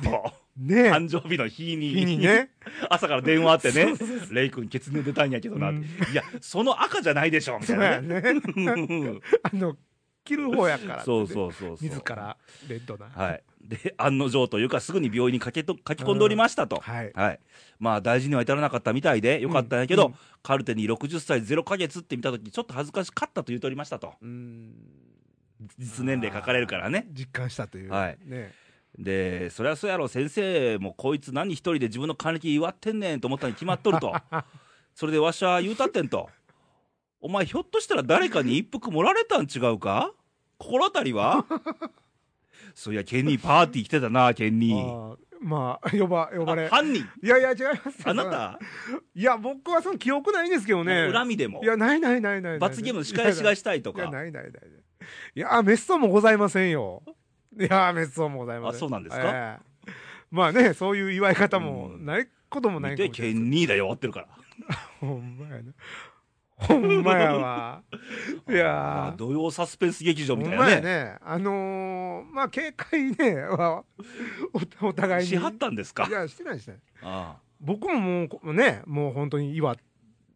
[SPEAKER 2] ねえ。
[SPEAKER 1] 誕生日の日に。
[SPEAKER 2] 日にね。
[SPEAKER 1] 朝から電話あってね、レイ君、血尿出たんやけどなって、
[SPEAKER 2] うん
[SPEAKER 1] いや、その赤じゃないでしょ、みた
[SPEAKER 2] そ
[SPEAKER 1] いう
[SPEAKER 2] や
[SPEAKER 1] なね。
[SPEAKER 2] ね。
[SPEAKER 1] うん
[SPEAKER 2] あの、切る方やから、
[SPEAKER 1] そうそうそうそう。
[SPEAKER 2] 自。ら、レッドな。
[SPEAKER 1] はい。で、案の定というか、すぐに病院に駆けと書き込んでおりましたと。
[SPEAKER 2] はい。
[SPEAKER 1] はい、まあ大事には至らなかったみたいでよかったんやけど、
[SPEAKER 2] うん
[SPEAKER 1] カルテに60歳0ヶ月って見た時ちょっと恥ずかしかったと言うとおりましたと
[SPEAKER 2] うーん。
[SPEAKER 1] 実年齢書かれるからね
[SPEAKER 2] 実感したという。
[SPEAKER 1] はい
[SPEAKER 2] ね
[SPEAKER 1] でそりゃそうやろ先生もこいつ何一人で自分の還暦祝ってんねんと思ったに決まっとる とそれでわしは言うたってんとお前ひょっとしたら誰かに一服盛られたん違うか心当たりはそういやケニーパーティー来てたなケ
[SPEAKER 2] え。
[SPEAKER 1] ニー
[SPEAKER 2] あーまあ、呼ば、呼ば
[SPEAKER 1] あ
[SPEAKER 2] れ。
[SPEAKER 1] 犯人
[SPEAKER 2] いやいや、違いますよ
[SPEAKER 1] あなた、
[SPEAKER 2] いや、僕はその記憶ないんですけど ね。
[SPEAKER 1] 恨みでも
[SPEAKER 2] いや、ないないないないない。
[SPEAKER 1] 罰ゲームの仕返しがしたいと
[SPEAKER 2] いや、
[SPEAKER 1] か
[SPEAKER 2] ないないないない。いや、メスともございませんよ。いや、メスともございません。
[SPEAKER 1] あそうなんですか
[SPEAKER 2] ええまあね、そういう祝い方も
[SPEAKER 1] うん
[SPEAKER 2] ないこともない
[SPEAKER 1] 見
[SPEAKER 2] か
[SPEAKER 1] て、
[SPEAKER 2] もしれ
[SPEAKER 1] ケ
[SPEAKER 2] ない
[SPEAKER 1] ンニーだよ、終わってるから。
[SPEAKER 2] ほんまやな。ほんまやわ。い
[SPEAKER 1] あ
[SPEAKER 2] や
[SPEAKER 1] ー土曜サスペンス劇場
[SPEAKER 2] ー、
[SPEAKER 1] み
[SPEAKER 2] ほ
[SPEAKER 1] たい
[SPEAKER 2] んま
[SPEAKER 1] な
[SPEAKER 2] や
[SPEAKER 1] ね。
[SPEAKER 2] ね。あのー、まあ、警戒ね、はおお互いに。
[SPEAKER 1] しはったんですか
[SPEAKER 2] い。や、してないしてない。
[SPEAKER 1] ああ
[SPEAKER 2] 僕ももうこ、ね、もう本当に祝っ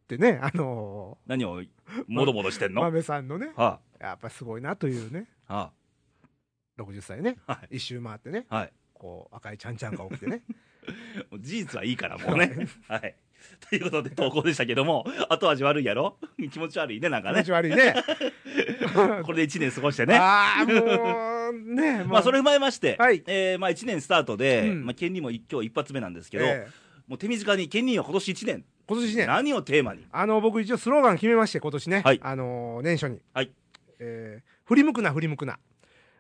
[SPEAKER 2] てね、あの
[SPEAKER 1] 何を、もどもどしてん
[SPEAKER 2] ー、
[SPEAKER 1] のは
[SPEAKER 2] 豆さんのね、
[SPEAKER 1] あ、
[SPEAKER 2] やっぱすごいなというね、
[SPEAKER 1] は
[SPEAKER 2] 60歳ね、
[SPEAKER 1] は
[SPEAKER 2] 一周回ってね、
[SPEAKER 1] あ、はい。
[SPEAKER 2] こう、赤いちゃんちゃんが起き てね。
[SPEAKER 1] もう事実はいいから、もうね。はい。ということで、投稿でしたけども、後味悪いやろ気持ち悪いね、なんか
[SPEAKER 2] 気
[SPEAKER 1] ね
[SPEAKER 2] 持。ち悪いね。
[SPEAKER 1] これで1年過ごしてね。
[SPEAKER 2] ああ、もう、ね、
[SPEAKER 1] まあ、それ踏まえまして、
[SPEAKER 2] はい
[SPEAKER 1] えーまあ、1年スタートで、
[SPEAKER 2] うん
[SPEAKER 1] まあ、ケンニーも一今日一発目なんですけど、
[SPEAKER 2] ええ
[SPEAKER 1] もう手短に、ケンニーは今年1年、
[SPEAKER 2] 今年ね、
[SPEAKER 1] 何をテーマに、
[SPEAKER 2] あの、僕一応スローガン決めまして、今年ね、
[SPEAKER 1] はい
[SPEAKER 2] あのー、年初に。
[SPEAKER 1] はい
[SPEAKER 2] えー振り向くな、振り向くな。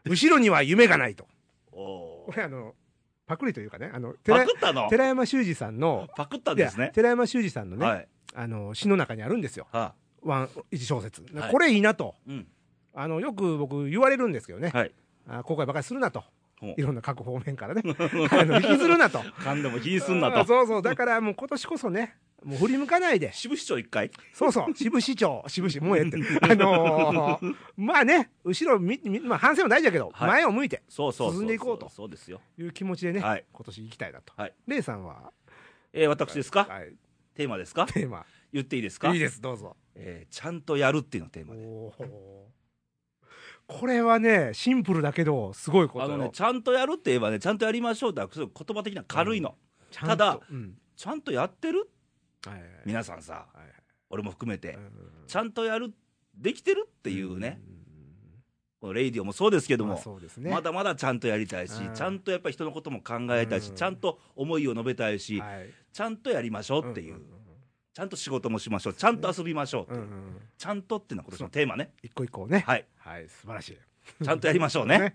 [SPEAKER 2] 後ろには夢がないと。
[SPEAKER 1] お
[SPEAKER 2] こ
[SPEAKER 1] ー
[SPEAKER 2] れ、あの、パクリというかね、あの、寺
[SPEAKER 1] パクったの
[SPEAKER 2] 寺山修司さんの、
[SPEAKER 1] パクったんです
[SPEAKER 2] い
[SPEAKER 1] ね
[SPEAKER 2] や。寺山修司さんのね、
[SPEAKER 1] はい。
[SPEAKER 2] あの、詩の中にあるんですよ。
[SPEAKER 1] はあ、
[SPEAKER 2] ワン、一小節。
[SPEAKER 1] はい
[SPEAKER 2] これいいなと。
[SPEAKER 1] うん。
[SPEAKER 2] あの、よく僕言われるんですけどね。
[SPEAKER 1] はい。
[SPEAKER 2] あー後悔ばかりするなと。
[SPEAKER 1] ほう
[SPEAKER 2] いろんな各方面から ね。あの、引きずるなと。
[SPEAKER 1] 噛んでも気にすんな
[SPEAKER 2] あー
[SPEAKER 1] と。
[SPEAKER 2] そうそう。だからもう今年こそね、もう振り向かないで。
[SPEAKER 1] 支部市長一回
[SPEAKER 2] そうそう。渋市長、渋市、もうええって。 あのー、まあね、後ろみ、みまあ反省も大事だけど、
[SPEAKER 1] はい
[SPEAKER 2] 前を向いて、
[SPEAKER 1] そうそうそう
[SPEAKER 2] 進んでいこうと
[SPEAKER 1] そうですよ。
[SPEAKER 2] いう気持ちでね、
[SPEAKER 1] はい
[SPEAKER 2] 今年行きたいなと。
[SPEAKER 1] はい
[SPEAKER 2] レイさんは、
[SPEAKER 1] えー私ですか
[SPEAKER 2] はい、
[SPEAKER 1] テーマですか
[SPEAKER 2] テーマ。
[SPEAKER 1] 言っていいですか
[SPEAKER 2] いいです、どうぞ。
[SPEAKER 1] えーちゃんとやるっていうのテーマで。
[SPEAKER 2] おーこれはね、シンプルだけど、すごいこと
[SPEAKER 1] あ
[SPEAKER 2] よ
[SPEAKER 1] のね、ちゃんとやるって言えばね、ちゃんとやりましょうって、すごい言葉的には軽いの。
[SPEAKER 2] ちゃん
[SPEAKER 1] た
[SPEAKER 2] と
[SPEAKER 1] だ、
[SPEAKER 2] うん
[SPEAKER 1] ちゃんとやってる
[SPEAKER 2] はいはいはい
[SPEAKER 1] 皆さんさ、
[SPEAKER 2] はいはい
[SPEAKER 1] 俺も含めて
[SPEAKER 2] う、ん
[SPEAKER 1] ちゃんとやる、できてるっていうね、
[SPEAKER 2] うん
[SPEAKER 1] このレイディオもそうですけど
[SPEAKER 2] まあ
[SPEAKER 1] も、
[SPEAKER 2] そうですね。
[SPEAKER 1] まだまだちゃんとやりたいし
[SPEAKER 2] う、ん
[SPEAKER 1] ちゃんとやっぱり人のことも考えたいし、
[SPEAKER 2] うん
[SPEAKER 1] ちゃんと思いを述べたいし、
[SPEAKER 2] はい
[SPEAKER 1] ちゃんとやりましょうっていう、
[SPEAKER 2] んん
[SPEAKER 1] ちゃんと仕事もしましょう、ちゃんと遊びましょうって
[SPEAKER 2] う
[SPEAKER 1] い
[SPEAKER 2] ん
[SPEAKER 1] う
[SPEAKER 2] う、んうん
[SPEAKER 1] ちゃんとっていうのは今年のテーマね。
[SPEAKER 2] 一個一個をね。
[SPEAKER 1] はい。
[SPEAKER 2] はい、素晴らしい。
[SPEAKER 1] ちゃんとやりましょうね。。
[SPEAKER 2] ね。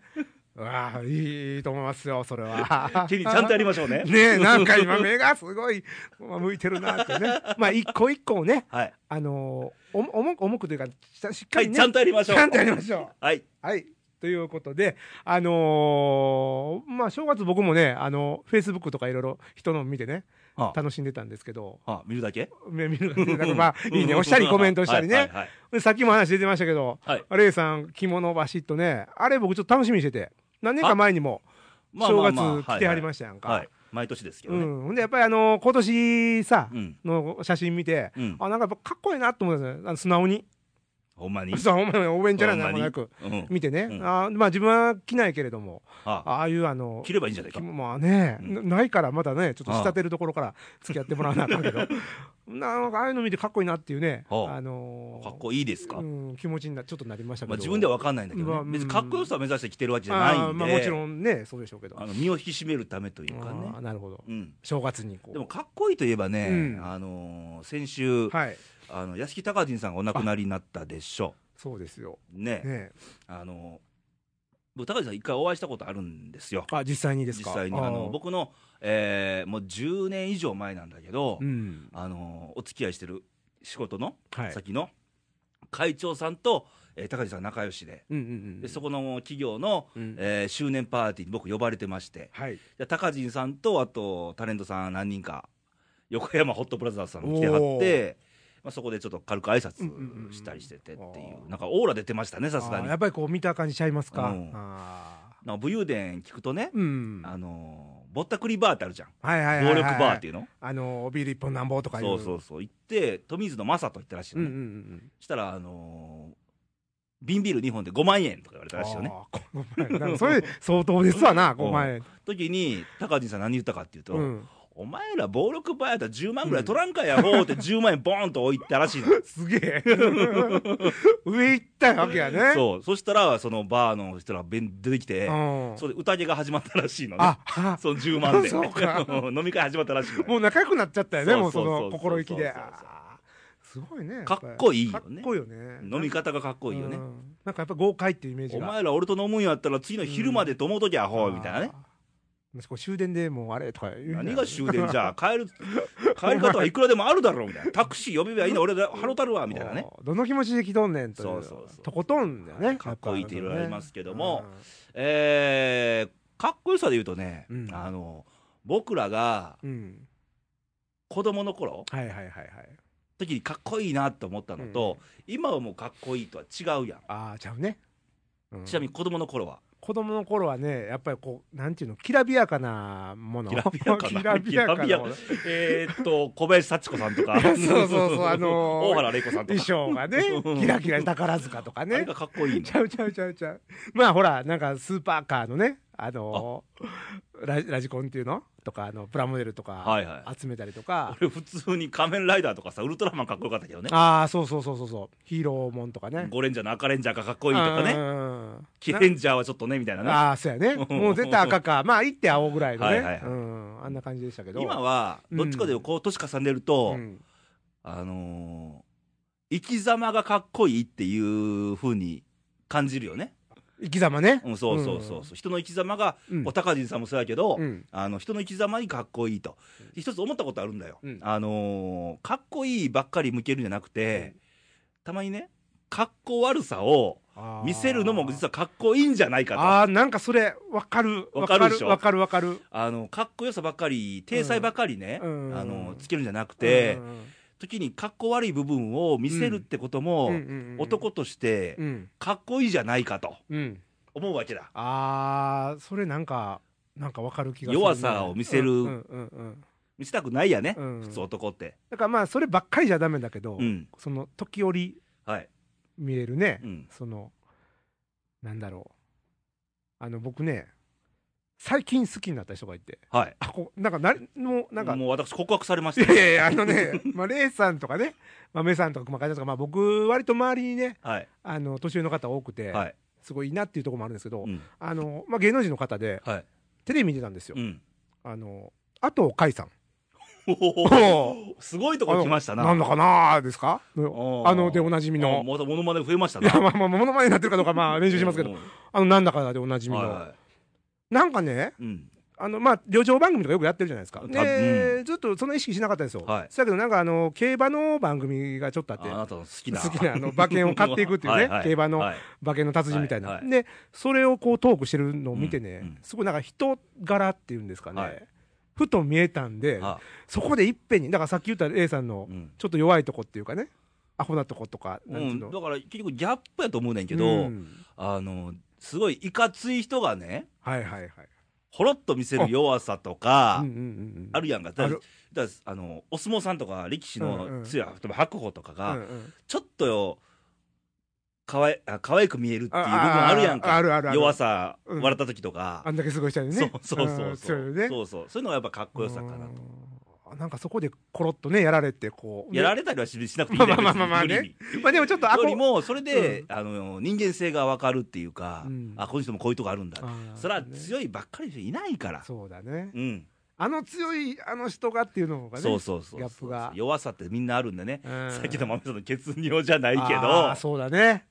[SPEAKER 2] うわあ、いいと思いますよ、それは
[SPEAKER 1] 君、ちゃんとやりましょうね。
[SPEAKER 2] ねえ、なんか今目がすごい、まあ向いてるなってね。まあ一個一個をね、
[SPEAKER 1] はい。
[SPEAKER 2] あのー、おも重く重くというか、ししっか
[SPEAKER 1] は
[SPEAKER 2] り
[SPEAKER 1] い、
[SPEAKER 2] ね、
[SPEAKER 1] ちゃんとやりましょう。
[SPEAKER 2] ちゃんとやりましょ
[SPEAKER 1] はい。
[SPEAKER 2] う。はい。ということで、あのーまあ正月僕もね、あの、Facebook とかいろいろ人の見てね、
[SPEAKER 1] はあ
[SPEAKER 2] 楽しんでたんですけど、
[SPEAKER 1] はあ見るだけ
[SPEAKER 2] 目見るなんかまあ、いいね、押したりコメントした
[SPEAKER 1] はい
[SPEAKER 2] りね
[SPEAKER 1] は。いはい
[SPEAKER 2] でさっきも話出てましたけど、
[SPEAKER 1] はい
[SPEAKER 2] レイさん、着物バシッとね、あれ僕ちょっと楽しみにしてて、何年か前にも、
[SPEAKER 1] まあ
[SPEAKER 2] 正
[SPEAKER 1] まあ
[SPEAKER 2] 月
[SPEAKER 1] まあ
[SPEAKER 2] 来てはりましたやんか。
[SPEAKER 1] はいはい。毎年ですけど
[SPEAKER 2] う
[SPEAKER 1] ね。
[SPEAKER 2] ん、ほんでやっぱりあの今年さ、
[SPEAKER 1] うん。
[SPEAKER 2] の写真見て、
[SPEAKER 1] うん。
[SPEAKER 2] あなんかやっぱかっこいいなと思ったんですよあの素直に
[SPEAKER 1] ほんまに。
[SPEAKER 2] そうお前応援じゃないなんもなく
[SPEAKER 1] うん。
[SPEAKER 2] 見てね、
[SPEAKER 1] うん
[SPEAKER 2] あまあ自分は着ないけれども
[SPEAKER 1] あ
[SPEAKER 2] ああいうあの
[SPEAKER 1] 切ればいいんじゃないか
[SPEAKER 2] 着。まあね、
[SPEAKER 1] うん
[SPEAKER 2] なないからまだねちょっと仕立てるところから付き合ってもらわなあかんけど なんかああいうの見てかっこいいなっていうね、
[SPEAKER 1] はあ
[SPEAKER 2] あのー
[SPEAKER 1] かっこいいですか
[SPEAKER 2] うん、気持ちになちょっとなりましたけど、
[SPEAKER 1] まあ自分では分かんないんだけ
[SPEAKER 2] まあ
[SPEAKER 1] ど
[SPEAKER 2] う
[SPEAKER 1] ね。
[SPEAKER 2] ん
[SPEAKER 1] 別にかっこよさを目指して来てるわけじゃない
[SPEAKER 2] あー
[SPEAKER 1] ん
[SPEAKER 2] まあもち
[SPEAKER 1] で。
[SPEAKER 2] ろんねそうでしょうけど
[SPEAKER 1] あの、身を引き締めるためというか
[SPEAKER 2] あ
[SPEAKER 1] ね
[SPEAKER 2] ー。なるほど
[SPEAKER 1] うん。
[SPEAKER 2] 正月にこう
[SPEAKER 1] でもかっこいいといえばね
[SPEAKER 2] う、ん
[SPEAKER 1] あのー、先週、
[SPEAKER 2] はい
[SPEAKER 1] あの、屋敷隆人さんがお亡くなりになったでしょ。
[SPEAKER 2] そうですよ
[SPEAKER 1] ね。
[SPEAKER 2] ね
[SPEAKER 1] あの僕高橋さん、一回お会いしたことあるんですよ、
[SPEAKER 2] あ実際にです
[SPEAKER 1] 実
[SPEAKER 2] か
[SPEAKER 1] 際にあの
[SPEAKER 2] ー
[SPEAKER 1] 僕の、えーもう10年以上前なんだけど、
[SPEAKER 2] うん
[SPEAKER 1] あのお付き合いしてる仕事の
[SPEAKER 2] はい
[SPEAKER 1] 先の会長さんと、えー高橋さん、仲良しで。
[SPEAKER 2] うんうんうん
[SPEAKER 1] でそこの企業の、
[SPEAKER 2] うん
[SPEAKER 1] えー周年パーティーに僕呼ばれてまして
[SPEAKER 2] はい
[SPEAKER 1] で高人さんとあとタレントさん何人か横山ホットプラザーズさんも来てはって、まあ、そこでちょっと軽く挨
[SPEAKER 2] うんうんうんうん
[SPEAKER 1] 拶したりしててっていう、
[SPEAKER 2] あー
[SPEAKER 1] なんかオーラ出てましたね、さすが
[SPEAKER 2] あー
[SPEAKER 1] に。
[SPEAKER 2] やっぱりこう見た感じちゃいますか、
[SPEAKER 1] うん
[SPEAKER 2] あ
[SPEAKER 1] なんか武勇伝聞くとね
[SPEAKER 2] ー、うん
[SPEAKER 1] あのーぼったくりバーってあるじゃん、
[SPEAKER 2] はいはいはい、
[SPEAKER 1] 暴
[SPEAKER 2] はい、
[SPEAKER 1] 力バーっていうの、
[SPEAKER 2] あのビール一本なんぼとかいう
[SPEAKER 1] そうそうそう、行って、富水の正人行ったらしいの
[SPEAKER 2] ん
[SPEAKER 1] ね、
[SPEAKER 2] うんうん
[SPEAKER 1] したら、あのー瓶ビール2本で5万円とか言われたらしいよね、
[SPEAKER 2] あーこの前なんかそれ相当です わな
[SPEAKER 1] ん
[SPEAKER 2] 5万円
[SPEAKER 1] 時に高人さん、何言ったかっていうと、
[SPEAKER 2] うん、
[SPEAKER 1] お前ら暴力バーやったら10万ぐらい取らんかやろうって、10万円、ボーンと置いたらしいの。
[SPEAKER 2] すげえ上行った わけやね
[SPEAKER 1] そうそしたらそのバーの人らが出てきて、
[SPEAKER 2] うん
[SPEAKER 1] それで宴が始まったらしいのね
[SPEAKER 2] ああ
[SPEAKER 1] その10万で
[SPEAKER 2] そうか
[SPEAKER 1] 飲み会始まったらしいのね
[SPEAKER 2] もう仲良くなっちゃったよね
[SPEAKER 1] そう
[SPEAKER 2] もう
[SPEAKER 1] そ
[SPEAKER 2] そう
[SPEAKER 1] そう
[SPEAKER 2] の心意気で
[SPEAKER 1] そうそうそうそう
[SPEAKER 2] あーすごいね
[SPEAKER 1] かっこいいよね
[SPEAKER 2] やっぱりかっこいいよね
[SPEAKER 1] 飲み方がかっこいいよ
[SPEAKER 2] う
[SPEAKER 1] ね
[SPEAKER 2] んなんかやっぱ豪快っていうイメージ
[SPEAKER 1] お
[SPEAKER 2] が
[SPEAKER 1] 前ら俺と飲むんやったら次の昼までともときゃアホみたいなね
[SPEAKER 2] あーもしこう終電でもうあれとか言うんだよね
[SPEAKER 1] 何が終電じゃ帰る帰り方はいくらでもあるだろうみた いなタクシー呼べばいいの俺ら払うたるわみたいなね
[SPEAKER 2] おーどの気持ちで来とんねんとい
[SPEAKER 1] そうそうそう
[SPEAKER 2] とことんだよね
[SPEAKER 1] かっこいいっていろいろありますけども
[SPEAKER 2] やっぱ
[SPEAKER 1] えー、かっこよさで言うとね、
[SPEAKER 2] うん
[SPEAKER 1] あの僕らが
[SPEAKER 2] りますねうん
[SPEAKER 1] 子供の頃
[SPEAKER 2] はいはいはいはい
[SPEAKER 1] 時にかっこいいなと思ったのと、今はもうかっこいいとは違うやん
[SPEAKER 2] ああちゃうねうん
[SPEAKER 1] ちなみに子供の頃は
[SPEAKER 2] 子供の頃はねやっぱりこうなんていうのきらびやかなもの
[SPEAKER 1] きらびや かな
[SPEAKER 2] きらびやかな
[SPEAKER 1] きら
[SPEAKER 2] も
[SPEAKER 1] び
[SPEAKER 2] の
[SPEAKER 1] やえーっと小林幸子さんとか
[SPEAKER 2] そうそうそうあのー
[SPEAKER 1] 大原玲子さんと
[SPEAKER 2] 衣
[SPEAKER 1] か
[SPEAKER 2] 装がね
[SPEAKER 1] うん
[SPEAKER 2] キラキラ宝塚とか
[SPEAKER 1] あれ
[SPEAKER 2] ね
[SPEAKER 1] がかっこいいの
[SPEAKER 2] ちゃうちゃうちゃうちゃうまあほらなんかスーパーカーのねあのーラジラジコンっていうのとかあのプラモデルと
[SPEAKER 1] は
[SPEAKER 2] か
[SPEAKER 1] いは
[SPEAKER 2] 集めたりとか、
[SPEAKER 1] 俺普通に仮面ライダーとかさウルトラマンかっこよかったけどね
[SPEAKER 2] ああそうそうそうそうそうヒーローもんとかね
[SPEAKER 1] ゴレンジャーの赤レンジャーがかっこいいとか
[SPEAKER 2] うん
[SPEAKER 1] ね
[SPEAKER 2] うんうん
[SPEAKER 1] キレンジャーはちょっとねみたいなね
[SPEAKER 2] ああそうやねもう絶対 赤かまあ一って青ぐらいのね
[SPEAKER 1] はいはいはい
[SPEAKER 2] うんあんな感じでしたけど
[SPEAKER 1] 今はどっちかというとこう年重ねると、
[SPEAKER 2] うん
[SPEAKER 1] あのー生き様がかっこいいっていう風に感じるよね、
[SPEAKER 2] 生き様ね
[SPEAKER 1] うん、そうそうそうそう人の生き様が、
[SPEAKER 2] うん
[SPEAKER 1] お高人さんもそうやけど、
[SPEAKER 2] うん
[SPEAKER 1] あの人の生き様にかっこいいと、一つ思ったことあるんだよ、
[SPEAKER 2] うん
[SPEAKER 1] あのーかっこいいばっかり向けるんじゃなくて、たまにね、かっこ悪さを見せるのも実
[SPEAKER 2] は
[SPEAKER 1] はかっこいいんじゃないかと、あ
[SPEAKER 2] あーあーなんかそれわかる
[SPEAKER 1] わかるでしょ
[SPEAKER 2] わかるわかる
[SPEAKER 1] のかっこよさばっかり、体裁ばっかりね、
[SPEAKER 2] うん
[SPEAKER 1] あのつけるんじゃなく
[SPEAKER 2] で
[SPEAKER 1] て、時にかっこ悪い部分を見せるってことも、男として
[SPEAKER 2] うん
[SPEAKER 1] かっこいいじゃないかと
[SPEAKER 2] うん
[SPEAKER 1] 思うわけだ。
[SPEAKER 2] ああそれなんかなんかわかる気がするね
[SPEAKER 1] 弱さを見せる
[SPEAKER 2] うんうんうん
[SPEAKER 1] 見せたくないやね、
[SPEAKER 2] うん
[SPEAKER 1] 普通男って。
[SPEAKER 2] だからまあそればっかりじゃダメだけど
[SPEAKER 1] うん、
[SPEAKER 2] その時折
[SPEAKER 1] はい、
[SPEAKER 2] 見れるね
[SPEAKER 1] うん、
[SPEAKER 2] そのなんだろうあの僕ね最近好きになった人がいて
[SPEAKER 1] はい。
[SPEAKER 2] あこなんかなもうなんか
[SPEAKER 1] もう私告白されま
[SPEAKER 2] い
[SPEAKER 1] した
[SPEAKER 2] やいやいやあのねまあレイさんとかねまあメイさんとか熊川さんとかまあ僕割と周りにね
[SPEAKER 1] はい、
[SPEAKER 2] あの年上の方多くて、
[SPEAKER 1] はい、
[SPEAKER 2] すごいいいなっていうところもあるんですけど、
[SPEAKER 1] うん、
[SPEAKER 2] あのまあ芸能人の方で
[SPEAKER 1] はい、
[SPEAKER 2] テレビ見てたんですよ、
[SPEAKER 1] うん。
[SPEAKER 2] あのあと甲斐さん
[SPEAKER 1] お
[SPEAKER 2] お
[SPEAKER 1] おすごいと
[SPEAKER 2] あ
[SPEAKER 1] こ
[SPEAKER 2] の
[SPEAKER 1] 来ましたな。
[SPEAKER 2] なんだかなーですか
[SPEAKER 1] おー
[SPEAKER 2] あのでおなじみ
[SPEAKER 1] あ
[SPEAKER 2] の
[SPEAKER 1] またモノマネ増えました
[SPEAKER 2] い
[SPEAKER 1] な。
[SPEAKER 2] やまあまあものまねになってるかどうかまあ練習しますけど
[SPEAKER 1] うん
[SPEAKER 2] あのなんだかなでおなじみの、
[SPEAKER 1] はいは
[SPEAKER 2] なんかね
[SPEAKER 1] い。うん。
[SPEAKER 2] あのまあ、旅情番組とかよくやってるじゃないですか、
[SPEAKER 1] た
[SPEAKER 2] で
[SPEAKER 1] う
[SPEAKER 2] ずっとそんな意識しなかったんですよ、
[SPEAKER 1] はい
[SPEAKER 2] だけど、なんかあの競馬の番組がちょっとあって、
[SPEAKER 1] あなたの好きな。
[SPEAKER 2] 好きなあの馬券を買っていくっていうね、
[SPEAKER 1] はは
[SPEAKER 2] 競馬の
[SPEAKER 1] はい
[SPEAKER 2] 馬券の達人みたいな、
[SPEAKER 1] はいはい
[SPEAKER 2] でそれをこうトークしてるのを見てね、
[SPEAKER 1] うんうん
[SPEAKER 2] すごいなんか人柄っていうんですかね、
[SPEAKER 1] はい
[SPEAKER 2] ふと見えたんで、
[SPEAKER 1] あ
[SPEAKER 2] そこでいっぺんに、だからさっき言った A さんの
[SPEAKER 1] うん
[SPEAKER 2] ちょっと弱いとこっていうかね、アホなとことか、
[SPEAKER 1] う、
[SPEAKER 2] なんていうんの、
[SPEAKER 1] だから結局ギャップやと思うねんけど、
[SPEAKER 2] うん
[SPEAKER 1] あのすごいいかつい人がね
[SPEAKER 2] はいはいはい。
[SPEAKER 1] ほろっと見せる弱さとか、
[SPEAKER 2] うんうんうんうん
[SPEAKER 1] あるやんかだ
[SPEAKER 2] あ
[SPEAKER 1] から
[SPEAKER 2] る
[SPEAKER 1] だからあのお相撲さんとか力士
[SPEAKER 2] うんう
[SPEAKER 1] の
[SPEAKER 2] ん
[SPEAKER 1] 強い、例えば白鵬とかが、
[SPEAKER 2] うんうん
[SPEAKER 1] ちょっとよかわいあ可愛く見えるっていう部分あるやん
[SPEAKER 2] ああ
[SPEAKER 1] か
[SPEAKER 2] あるあるある
[SPEAKER 1] 弱さ、
[SPEAKER 2] うん
[SPEAKER 1] 笑った時とか
[SPEAKER 2] あ、んだけすごい人に
[SPEAKER 1] そう
[SPEAKER 2] ね。
[SPEAKER 1] そうそ
[SPEAKER 2] ん
[SPEAKER 1] う
[SPEAKER 2] 強
[SPEAKER 1] そ、
[SPEAKER 2] いうよね。
[SPEAKER 1] そうそうそういうのがやっぱかっこよさかなと、
[SPEAKER 2] うんなんかそこでコロッとねやられてこう
[SPEAKER 1] やら
[SPEAKER 2] れ
[SPEAKER 1] れたりはししなくていいんだけど
[SPEAKER 2] まあまあまあまあね
[SPEAKER 1] 無理に
[SPEAKER 2] まあでもちょっとあこ
[SPEAKER 1] よりもそれで、
[SPEAKER 2] う
[SPEAKER 1] あの人間性が分かるっていうか、
[SPEAKER 2] うん
[SPEAKER 1] あこの人もこういうとこあるんだ
[SPEAKER 2] あー
[SPEAKER 1] そりゃ
[SPEAKER 2] そうね
[SPEAKER 1] 強いばっかりの人いないから
[SPEAKER 2] そうだね
[SPEAKER 1] うん
[SPEAKER 2] あの強いあの人がっていうのがね
[SPEAKER 1] そうそうそう
[SPEAKER 2] ギャップが
[SPEAKER 1] 弱さってみんなあるんでね、
[SPEAKER 2] うん
[SPEAKER 1] さっきの豆さんの血尿じゃないけど
[SPEAKER 2] あー
[SPEAKER 1] あ
[SPEAKER 2] そうだね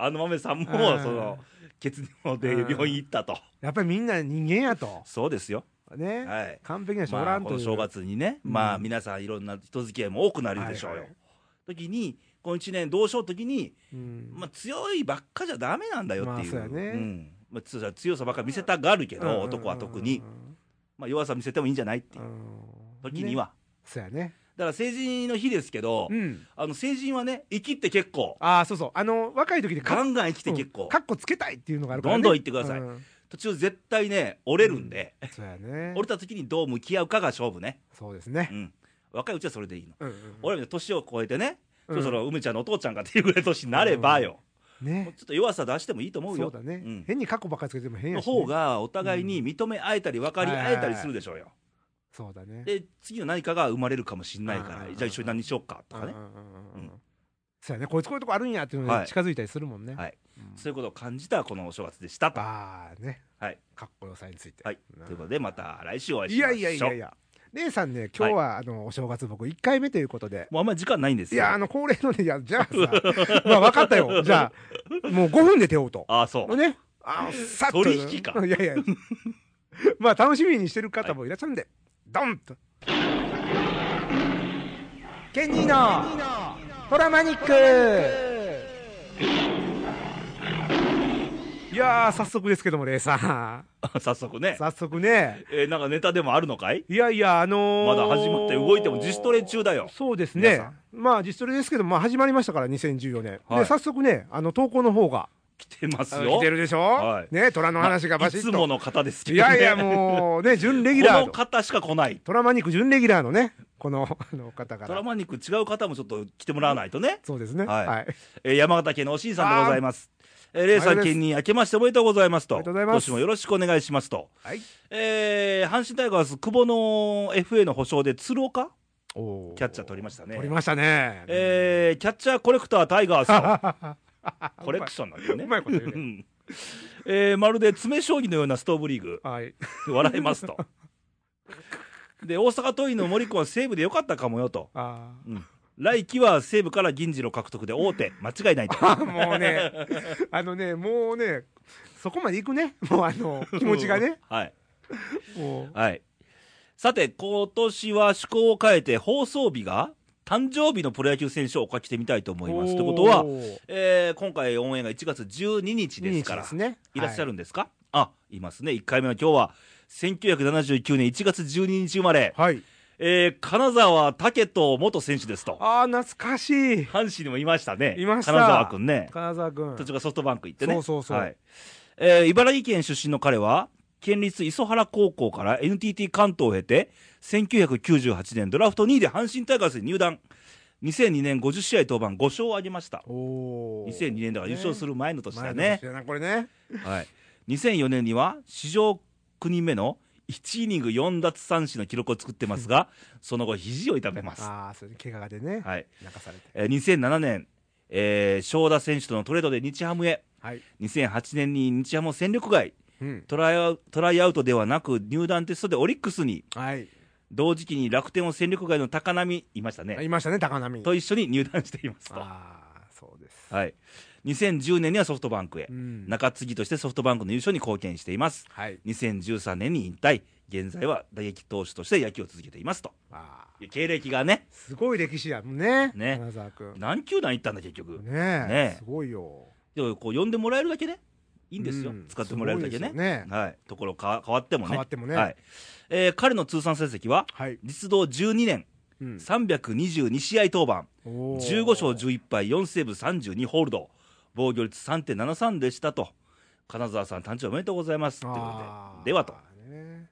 [SPEAKER 1] の豆さんも
[SPEAKER 2] うん
[SPEAKER 1] その血尿で病院行ったと、
[SPEAKER 2] やっぱりみんな人間やと
[SPEAKER 1] そうですよ、
[SPEAKER 2] ね、
[SPEAKER 1] はい
[SPEAKER 2] 完璧な人お
[SPEAKER 1] ま
[SPEAKER 2] ら
[SPEAKER 1] あ、
[SPEAKER 2] ん
[SPEAKER 1] こと
[SPEAKER 2] い
[SPEAKER 1] の
[SPEAKER 2] う
[SPEAKER 1] 正月にね、
[SPEAKER 2] うん
[SPEAKER 1] まあ皆さんいろんな人付き合いも多くなるでしょうよ、
[SPEAKER 2] はいはい
[SPEAKER 1] 時にこの1年どうしよう時に、
[SPEAKER 2] うん
[SPEAKER 1] まあ、強いばっかじゃダメなんだよっていう,、
[SPEAKER 2] まあそうやね
[SPEAKER 1] んまあ、つ強さばっか見せたがるけど、
[SPEAKER 2] うん
[SPEAKER 1] 男は特に、まあ、弱さ見せてもいいんじゃないって
[SPEAKER 2] う
[SPEAKER 1] い
[SPEAKER 2] ん
[SPEAKER 1] う
[SPEAKER 2] うん
[SPEAKER 1] 時には、
[SPEAKER 2] ねそうやね。
[SPEAKER 1] だから成人の日ですけど、
[SPEAKER 2] うん。
[SPEAKER 1] あの成人はね生きって結構
[SPEAKER 2] ああ、そうそう。あの、若い時で
[SPEAKER 1] ガ
[SPEAKER 2] ン
[SPEAKER 1] ンガン生きて結構、
[SPEAKER 2] カッコつけたいっていうのがあるから、ね。
[SPEAKER 1] どんどん言ってください
[SPEAKER 2] うん
[SPEAKER 1] 途中絶対ね折れるんで、
[SPEAKER 2] そうやね。
[SPEAKER 1] 折れた時にどう向き合うかが勝負ね、
[SPEAKER 2] そうですね
[SPEAKER 1] う。ん、若いうちはそれでいいの、
[SPEAKER 2] うんうん
[SPEAKER 1] 俺らみたいに年を超えてね、
[SPEAKER 2] うん
[SPEAKER 1] そろそろ梅ちゃんのお父ちゃんかっていうぐらいの年になればよ、もう
[SPEAKER 2] ね。
[SPEAKER 1] ちょっと弱さ出してもいいと思う
[SPEAKER 2] そ
[SPEAKER 1] よ
[SPEAKER 2] うだね、
[SPEAKER 1] ん
[SPEAKER 2] 変にカッコばっかりつけても変や
[SPEAKER 1] の
[SPEAKER 2] し、
[SPEAKER 1] 方がお互いに認め合えたり分かり合えたりするでしょうよ、
[SPEAKER 2] そうだね。
[SPEAKER 1] で次の何かが生まれるかもしんないから、
[SPEAKER 2] うん
[SPEAKER 1] じゃあ一緒に何しようかとかね、
[SPEAKER 2] うんうんうんうん
[SPEAKER 1] う
[SPEAKER 2] そうやね。こいつこういうとこあるんやっていうの
[SPEAKER 1] は
[SPEAKER 2] が
[SPEAKER 1] い
[SPEAKER 2] 近づいたりするもんね。
[SPEAKER 1] はい
[SPEAKER 2] うん
[SPEAKER 1] そういうことを感じたこのお正月でしたと、
[SPEAKER 2] バーね。
[SPEAKER 1] はい。
[SPEAKER 2] かっこよさについて。
[SPEAKER 1] はい
[SPEAKER 2] うん
[SPEAKER 1] ということでまた来週お会い
[SPEAKER 2] い
[SPEAKER 1] しま
[SPEAKER 2] や
[SPEAKER 1] しょう
[SPEAKER 2] いやいやいや。レイさんね、今日は、あの、お正月僕1回目ということで。
[SPEAKER 1] もうあんまり時間ないんです
[SPEAKER 2] い
[SPEAKER 1] よ
[SPEAKER 2] や、あの、恒例のね、いや、じゃあ さ、まあ分かったよ。じゃあ、もう5分で手を打と
[SPEAKER 1] ああそう
[SPEAKER 2] う。ね。あさっと。
[SPEAKER 1] 取引か
[SPEAKER 2] いやいや。 まあ、楽しみにしてる方もいらっしゃるんで、ドンと。ケニーのトラマニックいやー、早速ですけども、レイ さん。
[SPEAKER 1] 早速ね、
[SPEAKER 2] 早速ね。
[SPEAKER 1] えーなんかネタでもあるのかい
[SPEAKER 2] いやいや、あのー、
[SPEAKER 1] まだ始まって動いても自主トレ中だよ
[SPEAKER 2] そうです
[SPEAKER 1] 皆
[SPEAKER 2] ね
[SPEAKER 1] さん。
[SPEAKER 2] まあ、自主トレですけど、まあ、始まりましたから、2014年。
[SPEAKER 1] はい
[SPEAKER 2] で、早速ね、あの、投稿の方が、
[SPEAKER 1] 来てますよ
[SPEAKER 2] 来てるでしょ、
[SPEAKER 1] はい
[SPEAKER 2] ね、虎の話がバシッ
[SPEAKER 1] いつ
[SPEAKER 2] と。
[SPEAKER 1] もの方ですけ
[SPEAKER 2] い
[SPEAKER 1] ど、ね、
[SPEAKER 2] やいや、もう、ね、準レギュ
[SPEAKER 1] こ
[SPEAKER 2] ラ
[SPEAKER 1] の
[SPEAKER 2] ー。
[SPEAKER 1] 方しか来ない
[SPEAKER 2] 虎マニック準レギュラーのね、この、あの方か
[SPEAKER 1] トラ
[SPEAKER 2] ら。
[SPEAKER 1] マニック違う方もちょっと来てもらわないとね、
[SPEAKER 2] そうですね。
[SPEAKER 1] は
[SPEAKER 2] はいい。あり
[SPEAKER 1] えー山形県のおしんさんでございますえー、レイさ
[SPEAKER 2] あ
[SPEAKER 1] ん
[SPEAKER 2] りがとうございます
[SPEAKER 1] 県に明けましておめでとうございますと
[SPEAKER 2] ありがとうございます
[SPEAKER 1] 今年もよろしくお願いしますと、
[SPEAKER 2] はい
[SPEAKER 1] えー阪神タイガース久保の FA の保証で鶴岡
[SPEAKER 2] お
[SPEAKER 1] キャッチャー取りましたね
[SPEAKER 2] 取りましたね。
[SPEAKER 1] えーキャッチャーコレクタータイガースとコレクションなんだよね
[SPEAKER 2] うまいこと言う
[SPEAKER 1] う
[SPEAKER 2] ね。
[SPEAKER 1] んえーまるで詰将棋のようなストーブリーグ
[SPEAKER 2] はい。
[SPEAKER 1] 笑い ますと。で、大阪桐蔭の森君は西武でよかったかもよと。
[SPEAKER 2] あ
[SPEAKER 1] うん来季は西武から銀次郎獲得で大手、間違いないと。
[SPEAKER 2] あ。 もうね、あのね、もうね、そこまで行くね。もう、あの、気持ちが ね。。
[SPEAKER 1] はい。
[SPEAKER 2] もう。
[SPEAKER 1] はい。さて、今年は趣向を変えて放送日が誕生日のプロ野球選手をお書きしてみたいと思います。ということは、
[SPEAKER 2] おー
[SPEAKER 1] えー今回オンエアが1月12日ですから、
[SPEAKER 2] 日ね
[SPEAKER 1] いらっしゃ
[SPEAKER 2] る。
[SPEAKER 1] るんですか、あ、いますね。1回目の今日は、1979年1月12日生まれ、
[SPEAKER 2] はい。
[SPEAKER 1] えー金沢武人元選手ですと。
[SPEAKER 2] ああ、懐かしい。
[SPEAKER 1] 阪神にもいましたね。
[SPEAKER 2] いました
[SPEAKER 1] 金沢君ね。
[SPEAKER 2] 金沢君。
[SPEAKER 1] 途中からソフトバンク行ってね。
[SPEAKER 2] そうそうそう
[SPEAKER 1] はい。えー茨城県出身の彼は、県立磯原高校から NTT 関東を経て、1998年ドラフト2位で阪神タイガースに入団。2002年50試合登板5勝を挙げました。
[SPEAKER 2] おー
[SPEAKER 1] 2002年だから優勝する前の年だ
[SPEAKER 2] 前の
[SPEAKER 1] ね
[SPEAKER 2] 年。だなこれね。
[SPEAKER 1] はい。2004年には、史上9人目の1イニング4奪三振の記録を作ってます が、その後肘を痛めます。
[SPEAKER 2] ああ、それで怪我でね、
[SPEAKER 1] はい。
[SPEAKER 2] 泣かされて。
[SPEAKER 1] えー2007年、えー、翔田選手とのトレードで日ハムへ、
[SPEAKER 2] はい。
[SPEAKER 1] 2008年に日ハムを戦力外
[SPEAKER 2] うん。
[SPEAKER 1] トライアウ、トライアウトではなく入団テストでオリックスに、
[SPEAKER 2] はい。
[SPEAKER 1] 同時期に楽天を戦力外の高波、いましたね、
[SPEAKER 2] いましたね、高波。
[SPEAKER 1] と一緒に入団していますと、は
[SPEAKER 2] ああ、そうです。
[SPEAKER 1] い、2010年にはソフトバンクへ
[SPEAKER 2] う、ん。
[SPEAKER 1] 中継ぎとしてソフトバンクの優勝に貢献しています、
[SPEAKER 2] はい。
[SPEAKER 1] 2013年に引退、現在は打撃投手として野球を続けていますと、
[SPEAKER 2] ああ。
[SPEAKER 1] いう経歴がね、
[SPEAKER 2] すごい歴史やもんね。
[SPEAKER 1] ね
[SPEAKER 2] 金沢君。
[SPEAKER 1] 何球団行ったんだ、結局、
[SPEAKER 2] ね
[SPEAKER 1] ね
[SPEAKER 2] え。すごいよ。
[SPEAKER 1] でもこう呼んでもらえるだけね、いいんですよ、
[SPEAKER 2] うん
[SPEAKER 1] 使ってもらえるだけね
[SPEAKER 2] すごいですよね
[SPEAKER 1] はい、ところか変わってもね
[SPEAKER 2] 変わってもね
[SPEAKER 1] はいえー彼の通算成績は
[SPEAKER 2] はい。
[SPEAKER 1] 実働12年
[SPEAKER 2] うん。
[SPEAKER 1] 322試合登板
[SPEAKER 2] おー
[SPEAKER 1] 15勝11敗4セーブ32ホールド防御率3.73でしたと金沢さん誕生日おめでとうございますという
[SPEAKER 2] あ
[SPEAKER 1] こと
[SPEAKER 2] ー
[SPEAKER 1] でではと
[SPEAKER 2] ね